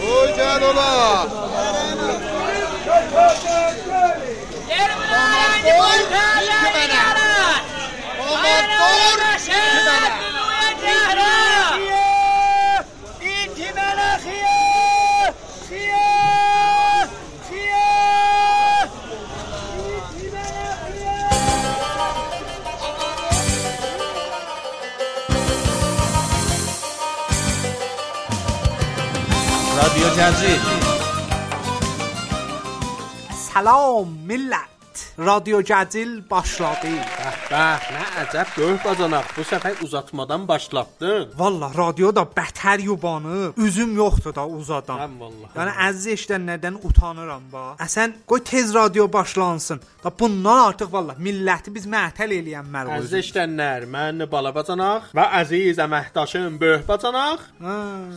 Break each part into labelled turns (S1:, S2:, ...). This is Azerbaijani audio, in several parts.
S1: Tuğcan ola.
S2: رادیو جزیره
S3: Salam millət. Radyo Cəzil başladı. Bəh,
S2: Bəh, nə əcəb böyük bacanaq. Bu səfər uzatmadan başlatdın.
S3: Valla radyo da bətər yubanıb. Üzüm yoxdur da uzadan.
S2: Həm vallahi.
S3: Yəni əziz eşidənlərdən utanıram ba. Əsən qoy tez radio başlansın. Da bundan artıq valla milləti biz məətəl eləyənlər
S2: Əziz eşidənlər, mən bala bacanaq və əziz əməkdaşım böyük bacanaq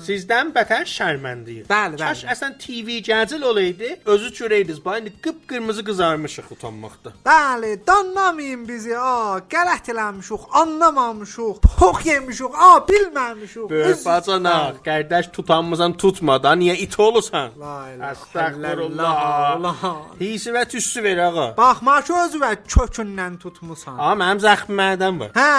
S2: sizdən bətər şərməndiyik.
S3: Bəli, bəli.
S2: Kaş əsən TV cəzil olaydı, özü çürəydiz. Bax indi qıpqırmızı qızarmışıq utanmaqda.
S3: Bəli, danlamayın bizi. A, qələt eləmişik, anlamamışıq, pox yemişik, a, bilməmişik.
S2: Böyük
S3: Üz-
S2: bacanaq, qardaş tutanmızan tutmadan niyə it olursan?
S3: La ilahe
S2: Əstəğfirullah.
S3: illallah.
S2: Hisi və tüssü ver ağa.
S3: Baxma ki özü və kökündən tutmusan.
S2: Amma mənim zəxmim mədən var.
S3: Hə,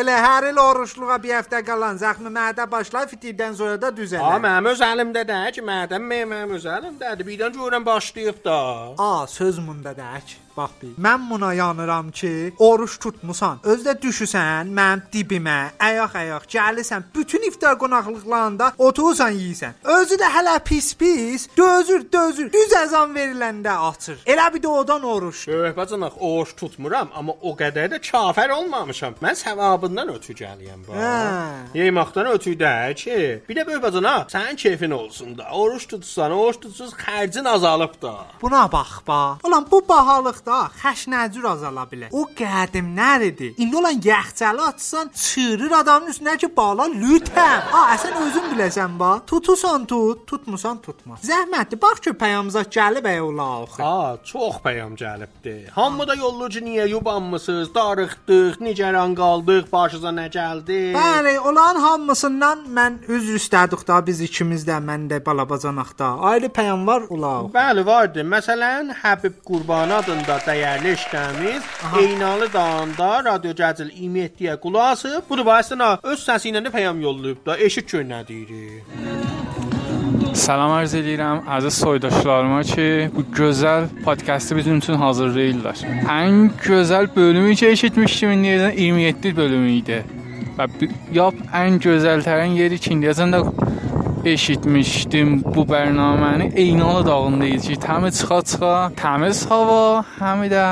S3: elə hər il oruçluğa bir həftə qalan zəxmi mədə başlar fitirdən sonra da
S2: Amma
S3: düzələr.
S2: mənim öz əlimdə də ki, mədən mənim öz əlimdədir. Birdən görən başlayıb da.
S3: A, söz bunda dək. Bax bir. Mən buna yanıram ki, oruç tutmusan, öz də düşüsən mənim dibimə, ayaq-ayaq gəlisən, bütün iftar qonaqlıqlarında oturursan yeyirsən. Özü də hələ pis-pis, dözür, dözür. Düz əzan veriləndə açır. Elə bir də odan oruç.
S2: Böyük bacanaq, oruç tutmuram, amma o qədər də kafir olmamışam. Mən səvabından ötü gəliyəm bu.
S3: Hə.
S2: Yeməkdən ötü də ki, bir də böyük bacanaq, sənin keyfin olsun da. Oruç tutsan, oruç tutsuz xərcin azalıb da.
S3: Buna bax ba. Olan bu bahalıqda xəşnəcür azala bilər. O qədimlər idi. İndi olan yağçalı açsan çığırır adamın üstünə ki, bala lütəm. A, əsən özün biləsən ba. Tutusan tut, tutmusan tutma. Zəhmətdir. Bax ki, pəyamıza gəlib ay ola axı.
S2: Ha, çox peyam gəlibdi. Hamı da yollucu niyə yubanmısınız? Darıxdıq, nigeran qaldıq, başınıza nə gəldi?
S3: Bəli, onların hamısından mən üzr istədik da biz ikimiz də, mən də balabacanaq da. Ayrı pəyam var ola.
S2: Bəli, vardı. Məsələn, Həbib Qurbanı adında dəyərli işləmiz Eynalı dağında radio gəzil İmetiyə qulaq asıb. Bu da vasitəsilə öz səsi ilə də peyam yollayıb da. Eşit gör nə deyir.
S4: Salam arz edirəm əziz soydaşlarıma ki, bu gözəl podkastı bizim üçün hazırlayırlar. Ən gözəl bölümü ki, eşitmişdim indiyəcən 27 bölümü idi. Və bi- yap ən gözəltərin yeri ki, indiyəcən də eşitmişdim bu bərnaməni Eynalı dağında idi ki, təmi çıxa-çıxa, təmiz hava, həm də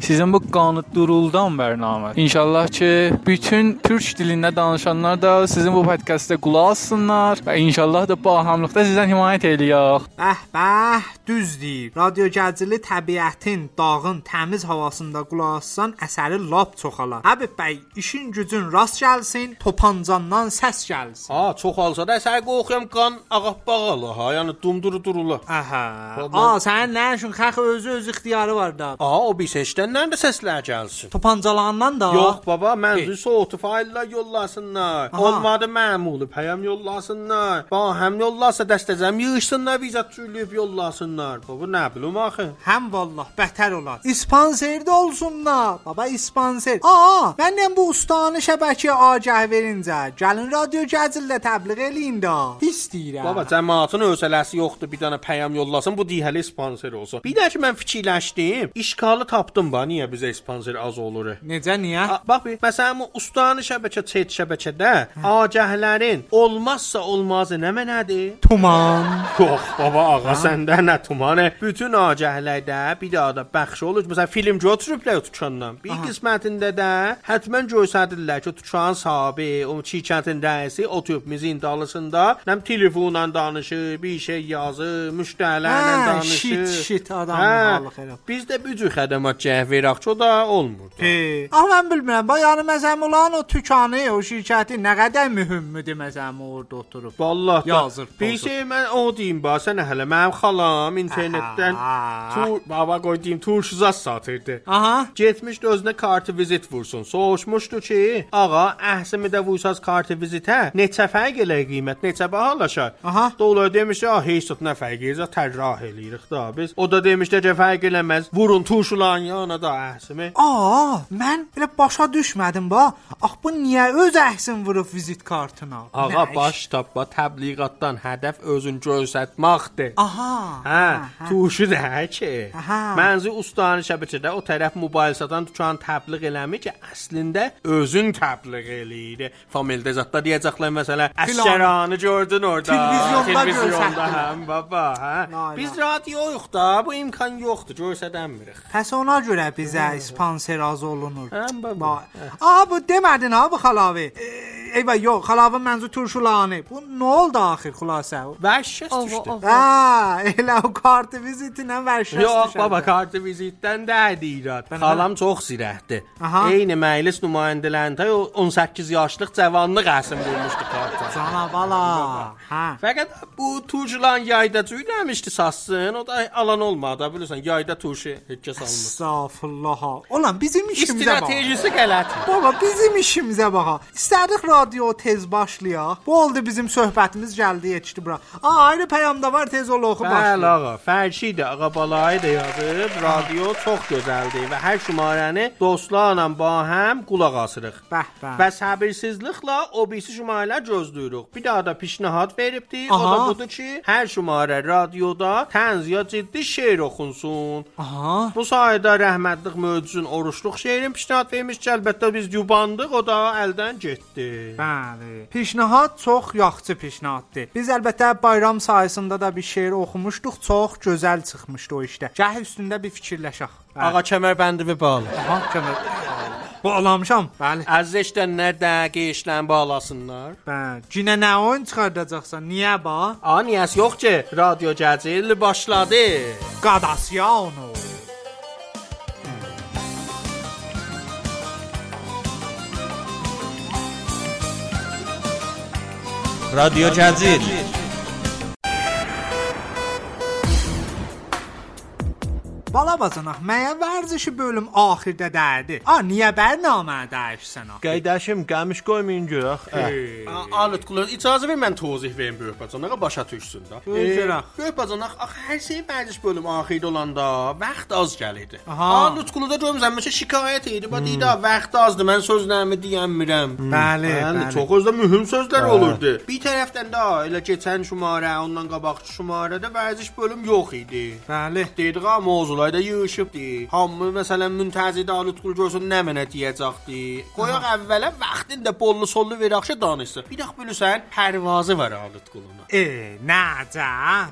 S4: Sizin bu qanı duruldan bərnamə. İnşallah ki bütün türk dilində danışanlar da sizin bu podkastə qulaq assınlar və inşallah da bu ahamlıqda sizdən himayət eləyək.
S3: Bəh, bəh, düz deyir. Radio gəzili təbiətin, dağın təmiz havasında qulaq assan, əsəri lap çoxalar. Həbib bəy, işin gücün rast gəlsin, topancandan səs gəlsin.
S2: Ha, çox alsa da əsər qoxuyam qan ağappağalı ha, yəni dumduru durula.
S3: Əhə. A,
S2: Vallahi-
S3: sənin nə üçün xəxi özü öz ixtiyarı var da.
S2: A, o bir seçdəndən də səslər gəlsin.
S3: Topancalandan da.
S2: Yox baba, mənzil
S3: Bil.
S2: soğutu faillər yollasınlar.
S3: Aha.
S2: Olmadı məmulu pəyam yollasınlar. Ba, həm yollarsa dəstəcəm yığışsınlar, viza tüylüyüb yollasınlar. Baba, nə bilim axı.
S3: Həm vallah bətər olar. İspanserdə olsunlar. Baba ispanser. Aa, məndən bu ustanı şəbəkəyə agah verincə, gəlin radio gəzildə təbliğ eləyin də. Pis deyirəm.
S2: Baba cəmaatın hövsələsi yoxdur bir dənə pəyam yollasın bu dihəli sponsor olsun. Bir də ki mən fikirləşdim. İşqalı tapdım ba niyə bizə sponsor az olur?
S3: necə niyə?
S2: A, Bax bir, məsələn bu ustanı şəbəkə çet şəbəkədə agahlərin olmazsa olmazı nə mənadır?
S3: Tuman.
S2: Yox baba ağa səndə nə tumanı? Bütün agahlərdə bir daha da bəxş olur. Məsələn film götürüblər tutandan. Bir qismətində də həttəmən göstərirlər ki, tutan sahibi, o çiçətin rəisi oturub mizin dalısında, nəm telefonla danışır, bir şey yazır, müştərilərlə
S3: Hə,
S2: danışır.
S3: shit, shit adamın
S2: Hə,
S3: halı xarab.
S2: Biz də bu cür xədmət cəhv verək, o da olmur. da.
S3: He. Amma Ah, mən bilmirəm. Bax yəni məsələn onların o tükanı, o şirkəti nə qədər mühümmüdür məsələn o orada oturub.
S2: Vallahi da.
S3: Yazır,
S2: Bir
S3: pozur.
S2: şey mən o deyim bax sən hələ mənim xalam internetdən
S3: Aha.
S2: tur baba qoy deyim turşuzat satırdı.
S3: Aha.
S2: Getmişdi özünə kartı vizit vursun. Soruşmuşdu ki, ağa, əhsimi də vursaz kartı vizitə neçə fərq elə qiymət, neçə bahalaşar?
S3: Aha.
S2: Dolar demiş, "A, heç nə fərq eləyir, tərrah eləyirik da biz." O da demişdi ki, fərq eləməz. Vurun turşulan yana da əhsimi.
S3: Aa, Ah, mən belə başa düşmədim bax. Ax bu niyə öz əhsin vurub vizit kartına?
S2: Ağa
S3: Nə iş?
S2: baş tapma təbliğatdan hədəf özün göstərməkdir.
S3: Aha.
S2: Hə, tuşu da hə ki.
S3: Aha.
S2: Mənzi ustanı şəbəkədə o tərəf mobil satan dükan təbliğ eləmir ki, əslində özün təbliğ eləyir. Famildə zətdə deyəcəklər məsələ, əskəranı gördün orada.
S3: Televizyonda
S2: televizyonda
S3: görsətdilər.
S2: həm baba, hə.
S3: Nay,
S2: Biz
S3: nay.
S2: radioyuq da, bu imkan yoxdur, göstərəmirik.
S3: Pəs ona görə bizə sponsor az olunur.
S2: Hə, baba.
S3: Bax. Aa, bu demədin ha bu xalavi. Ee, Eyvə, yox, xalavın mənzu turşulanı. Bu nə oldu axir xülasə?
S2: Vəhşət düşdü.
S3: Ha, elə o kartı vizitinə vərşəs
S2: Yox baba kartı vizitdən də deyirəm.
S3: Bana-
S2: Xalam çox zirəhdi.
S3: Aha.
S2: Eyni məclis nümayəndələrində o 18 yaşlıq cavanlıq əsim vurmuşdu karta.
S3: Canabala. Hə.
S2: Fəqət bu turşulan yayda cüyləmişdi satsın. O da alan olmadı. Bilirsən yayda turşu heç kəs almır.
S3: Estağfurullah. Olan bizim işimizə bax.
S2: Strategisi qələt.
S3: Baba bizim işimizə baxa. İstədik radio tez başlayaq. Bu oldu bizim söhbətimiz gəldi yetişdi bura. A ayrı peyam da var tez ol oxu
S2: Bəli
S3: başla.
S2: ağa, fərqi də ağa balayı da yazıb, radio çox gözəldir və hər şumarəni dostlarla bahəm qulaq asırıq.
S3: Bəh, bəh.
S2: Və səbirsizliklə o birisi şumarələr gözləyirik. Bir daha da pişnihad veribdi. O
S3: Aha.
S2: da budur ki, hər şumarə radioda tənz ya ciddi şeir oxunsun.
S3: Aha.
S2: Bu sayədə rəhmətlik Möcüzün oruçluq şeirin pişnihad vermiş. Əlbəttə biz yubandıq, o da əldən getdi.
S3: Bəli. Pişnahad çox yaxşı pişnahaddır. Biz əlbəttə bayram sayəsində da bir şeir oxumuşduq. Çox gözəl çıxmışdı o işdə. Gəh üstündə bir fikirləşək. Bəli.
S2: Ağa kəmərbəndini bağla.
S3: Ağa kəmər. Bağlamışam. Bəli.
S2: Əziz eşdənlər də qeyşlən bağlasınlar.
S3: Bəli. Cinə nə oyun çıxardacaqsan? Niyə bax?
S2: A niyəsi yox ki, radio gəcil başladı.
S3: Qadasya onu.
S1: رادیو جزیر
S3: Bala bacanaq, məyə vərzişi bölüm axirdə dərdi. A, niyə bərnamə dəyişsən axı?
S5: Qaydaşım, qamış qoymayın görək.
S2: Alət qulun icazə ver mən təvzih verim böyük bacanağa başa düşsün də.
S3: Buyuraq.
S2: Eh, Böyük bacanaq axı hər şey məclis bölüm axirdə olanda vaxt az gəlirdi.
S3: Aha.
S2: Alət qulu da görmüsən məşə şikayət edirdi. Bax deyir də vaxt azdır. Mən sözlərimi deyənmirəm.
S3: Bəli, bəli.
S2: çox özdə mühüm sözlər olurdu. Bir tərəfdən də elə keçən şumarə, ondan qabaqki şumarədə vərziş bölüm yox idi.
S3: Bəli.
S2: Dedik ha mövzularda yığışıbdı. Hamı məsələn müntəzidə alutqul görsün nə mənə deyəcəkdi. Qoyaq əvvələ vaxtın da bollu sollu verəxşə danışsın. Bir dəx bilirsən pərvazı var alutquluna.
S3: E, nəcə?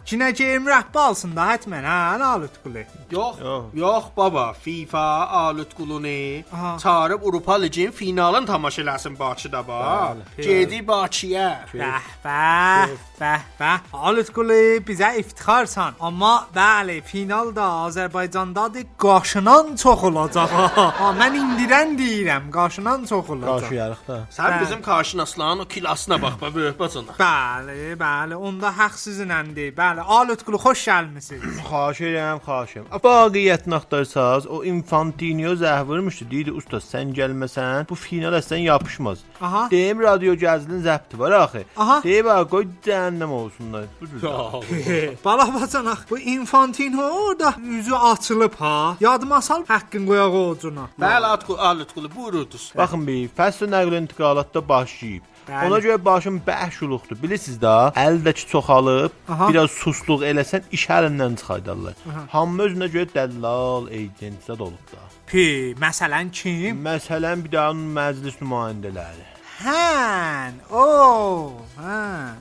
S3: Cinə geyim rəhbə alsın da hətmən, hə, nə alıb qulu.
S2: Yox, yox baba, FIFA alutqulunu
S3: Aha.
S2: çağırıb Avropa Liginin finalını tamaşa eləsin Bakıda bax. Gedi Bakıya. Hə.
S3: Bəh, bəh, bəh, bəh. Alıb qulu bizə iftixarsan, amma bəli, final da Azərbaycandadır. Qaşınan çox olacaq. Ha, mən indirən deyirəm, qaşınan çox olacaq.
S5: Qaşıyarıq da.
S2: Sən
S3: Bəli.
S2: bizim qarşınaslan o klasına bax, bax, böyük bacana.
S3: Bəli, bəli, onda haqq sizinləndi. Bəli, Alıb qulu xoş gəlmisiniz.
S5: Xahiş edirəm, xahişim. Vaqiətini axtarsanız, o Infantino zəhvirmişdi. Deyirdi, usta, sən gəlməsən, bu final əslən yapışmaz.
S3: Aha.
S5: Deyim, radio gəzilin zəbti var axı.
S3: Aha.
S5: Deyib, "Ha, qoy cəhənnəm olsunlar. Bu cür.
S3: Balabacanaq bu Infantino orada üzü açılıb ha. Yadıma sal haqqın qoyaq ovucuna.
S2: Bəli, alutqulu, alutqulu buyurudunuz.
S5: Baxın bir, fəsl nəql intiqalatda başlayıb.
S3: Bəli.
S5: Ona görə başın bəhşuluqdur. Bilirsiniz də, əldəki çoxalıb,
S3: Aha.
S5: biraz susluq eləsən iş həlindən çıxardarlar. Hamı özünə görə dəllal agentlər olub da.
S3: Pi, məsələn kim?
S5: Məsələn, bir də onun məclis nümayəndələri.
S3: Hən. O, hə.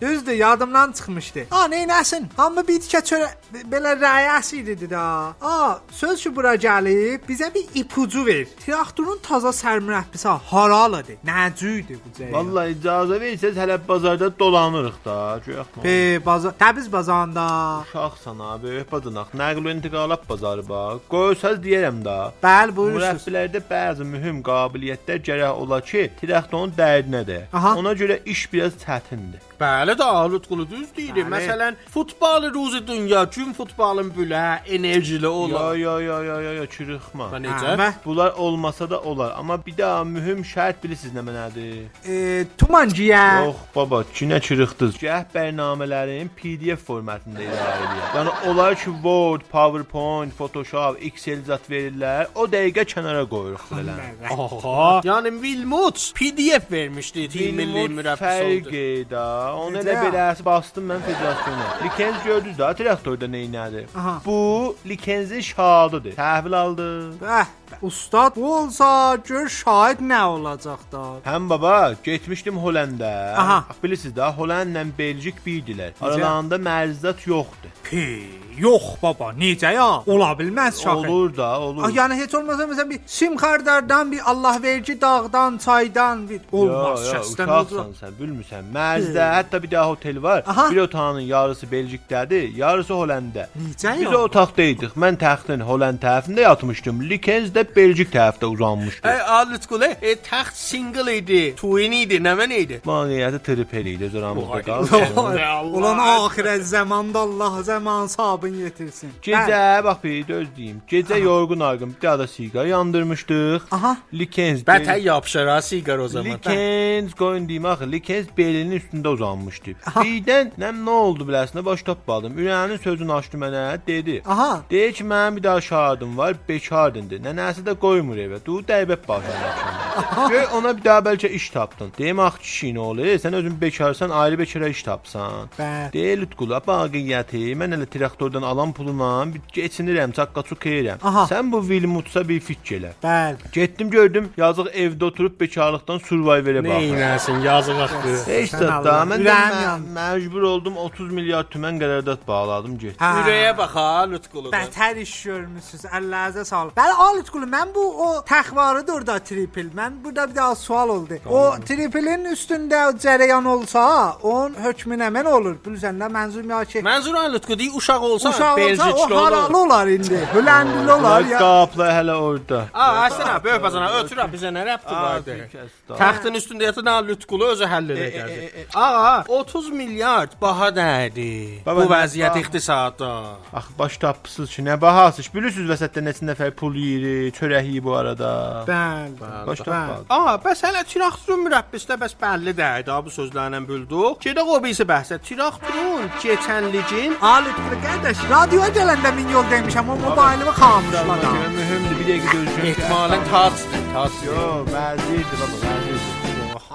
S3: Düzdür, yadımdan çıxmışdı. A, neynəsin? Amma bir tikə çörə belə rəyəsi idi də. A, söz ki bura gəlib, bizə bir ipucu ver. Traktorun taza sərmürəbbisi haralıdır? Nəcüydü bu cəy?
S5: Vallahi icazə versəz hələ bazarda dolanırıq da. Göyəxma.
S3: Be, bazar, Təbriz bazarında.
S5: Uşaqsan ha, böyük bacanaq. Nəql intiqalat bazarı bax. Qoyursanız deyərəm də.
S3: Bəli, buyursunuz.
S5: Mürəbbilərdə bəzi mühüm qabiliyyətlər gərək ola ki, traktorun dərinədir.
S3: Aha.
S5: Ona görə iş biraz çətindir.
S2: Bəli də Alut Qulu düz deyir.
S5: Bəli.
S2: Məsələn, futbol ruzi dünya, gün futbolun bülə, enerjili
S5: Yo
S2: ola.
S5: yo yo yo yo yo çürüxmə.
S2: Da
S3: Hə,
S2: Necə?
S3: mə-
S5: Bunlar olmasa da olar, amma bir daha mühüm şərt bilirsiniz nə mənadır?
S3: E, tumanciyə.
S5: Yox baba, kinə çırıqdız. Gəh bərnamələrin PDF formatında idarə edir. Yəni onlar ki Word, PowerPoint, Photoshop, Excel zət verirlər, o dəqiqə kənara qoyuruq xələləni.
S2: Aha. Yəni Wilmut PDF vermişdi
S5: Bir
S2: tim milli mürəbbisi oldu.
S5: fərqi də. Onu elə
S3: Necə?
S5: beləsi bastım mən federasiyona. Likenz gördünüz də, traktorda nə elədi?
S3: Aha.
S5: Bu Likenzin şahadıdır. Təhvil aldı.
S3: Bəh, ustad bu olsa gör şahid nə olacaq da.
S5: Həm baba, getmişdim Holləndə.
S3: Aha.
S5: Bilirsiniz də, Hollandla Belçik birdilər. Aralarında mərzat yoxdur.
S3: Pi, yox baba, necə ya? Ola bilməz şahid.
S5: Olur da, olur.
S3: Ah, yəni heç olmasa məsələn bir Simxardardan, bir Allahverici dağdan, çaydan bir olmaz
S5: Yo, yo,
S3: şəxsdən
S5: uşaqsan sən, bilmirsən. Mərzdə hətta bir daha otel var.
S3: Aha.
S5: Bir otağının yarısı Belçikdədir, yarısı Holləndə.
S3: Necə
S5: Biz o
S3: ya?
S5: otaqda idik. Mən təxtin Holland tərəfində yatmışdım. Likens də Belçik tərəfdə uzanmışdı.
S2: Ey Alut Qulu, e, taxt single idi, twin idi, nə mən idi?
S5: Vəziyyəti trip eləyir zoramızda qaldı.
S3: Vay, Ulan axirət zamanda Allah zaman sabın yetirsin.
S5: Gecə bax bir dözdüyüm. Gecə yorğun arğın bir daha da siqara yandırmışdıq.
S3: Aha.
S5: Likens
S2: Bətə yapışır ha siqar o zaman.
S5: Likens qoyun deyim axı, Likens belinin üstündə uzanmışdı. Birdən nə nə oldu biləsən, baş tapmadım. Ürəyinin sözünü açdı mənə, dedi.
S3: Aha.
S5: Deyir ki, mənim bir daha şahadım var, bekardındı. Nənəsi də qoymur evə. Du dəybət başına. Gör ona bir daha bəlkə iş tapdın. Deyim axı kişi nə olur? Sən özün bekarsan, ayrı bekara iş tapsan.
S3: Bəli.
S5: Deyil Lütqula, baqiyyəti mən elə traktordan alan pulumla bir keçinirəm, çaqqaçuq eləyirəm.
S3: Aha.
S5: Sən bu Vilmutsa bir fikr elə.
S3: Bəli.
S5: Getdim gördüm, yazıq evdə oturub bekarlıqdan survivorə
S2: Nə
S5: baxır.
S2: eləsin, yazıq axı.
S5: Heç
S3: Sən
S5: də da
S3: Allah,
S5: mən də
S3: ürəyim
S5: mə-
S3: yandı.
S5: məcbur oldum 30 milyard tümən qərardat bağladım getdim.
S3: Hə.
S2: Ürəyə bax ha Alut Qulu.
S3: Bətər iş görmüsünüz. Əllərinizə sağlıq. Bəli, Alit qulu, mən bu o təxvarıdır orada tripil. Mən burada bir daha sual oldu. O tripilin üstündə o cərəyan olsa, onun hökmünə mən olur. Bilirsən də mənzum ya ki,
S2: Mənzur Alut Qulu deyir, uşaq olsa
S3: uşaq olsa o
S2: Belçikli olur.
S3: haralı olar indi. Hüləndili olar
S5: Ay
S3: Hə, ya.
S5: qapla hələ orada.
S2: A, Həsən abi, böyük bacana ötürəm bizə nə rəbti vardı?
S3: Hə.
S2: Taxtın üstündə yatan Alut Qulu özü həll
S5: E,
S2: edəcəkdi. A, 30 milyard baha dəydi.
S5: Baba,
S2: Bu
S5: nə-
S2: vəziyyət
S5: Aa.
S2: iqtisadda.
S5: Ax baş tapısız ki, nə bahasız. Bilirsiniz vəsətdə neçə nəfər pul yeyir, çörək yeyir bu arada.
S3: Bəli.
S5: Baş tapmadı.
S2: A, bəs hələ Tirakturun mürəbbisdə bəs bəlli dəydi, ha, bu sözlərlə bildik. Gedək o birisi bəhsə. Tirakturun keçən ligin
S3: Alit qulu, qardaş, radioya gələndə min yol demişəm, o mobilimi xamuşladı.
S5: Görə mühümdür, Hə, bir dəqiqə gözləyək.
S2: ehtimalən tatsdır, tats.
S5: Yo, vəzirdir baba, vəzirdir.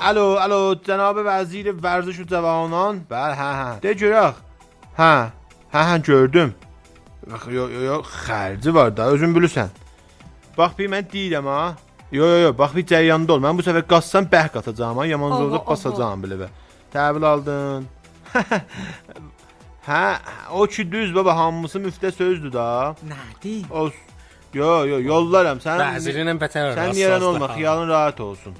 S5: Alo, alo, cənab vəzir vərziş və cavanlan. Bəli, hə, hə. De görək. Hə. Hə, hə, gördüm. Yox, yox, yox, yo, xərci var da, özün bilirsən. Bax bir mən deyirəm ha. Yo, yo, yo, bax bir cəryanda ol. Mən bu səfər qassam bəh qatacağam ha, yaman zorla basacağam belə. Təhvil aldın. hə, o ki düz baba, hamısı müftə sözdür da.
S3: Nədir?
S5: O Yo, yo, yollaram. Sən
S2: Vəzirinlə vətən
S5: Sən yaran olma, xiyalın rahat olsun.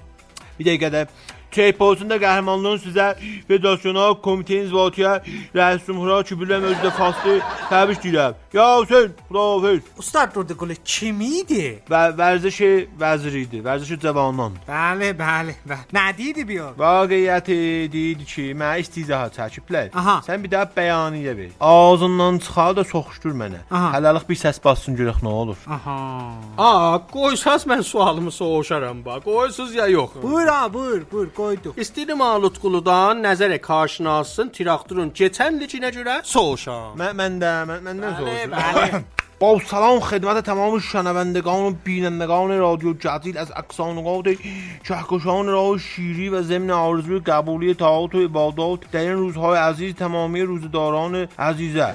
S5: Bir dəqiqə də Şey pozunda qəhrəmanlığın sizə federasyona, komiteniz və otuya rəis cümhura kübürləm özü də faslı təbrik deyirəm. Ya Hüseyin, bravo Hüseyin.
S3: Ustad durdu qulu, kim idi?
S5: Və vərzişi vəziri idi, vərzişi cavandan.
S3: Bəli, bəli, bəli. Nədir bir o?
S5: Vaqiyyəti deyirdi ki, mənə istizaha çəkiblər.
S3: Aha.
S5: Sən bir daha bəyaniyyə ver. Ağzından çıxar da soxuşdur mənə.
S3: Aha. Ah.
S5: Hələlik bir səs bassın görək nə olur.
S3: Aha.
S2: A, qoysaz mən sualımı soruşaram bax. Qoysuz ya yox.
S3: Buyur ha, buyur, buyur koyduk.
S2: İstəyirəm Alut Quludan nəzərə qarşınasın Tirakturun keçən liginə görə soruşam.
S5: Mən məndə, mən, məndən soruşur.
S2: bəli.
S5: با سلام خدمت تمام شنوندگان و بینندگان رادیو جزیل از اقصانقات کهکشان راه شیری و ضمن آرزوی قبولی اطاعات و عبادات در این روزهای عزیز تمامی روزداران عزیزه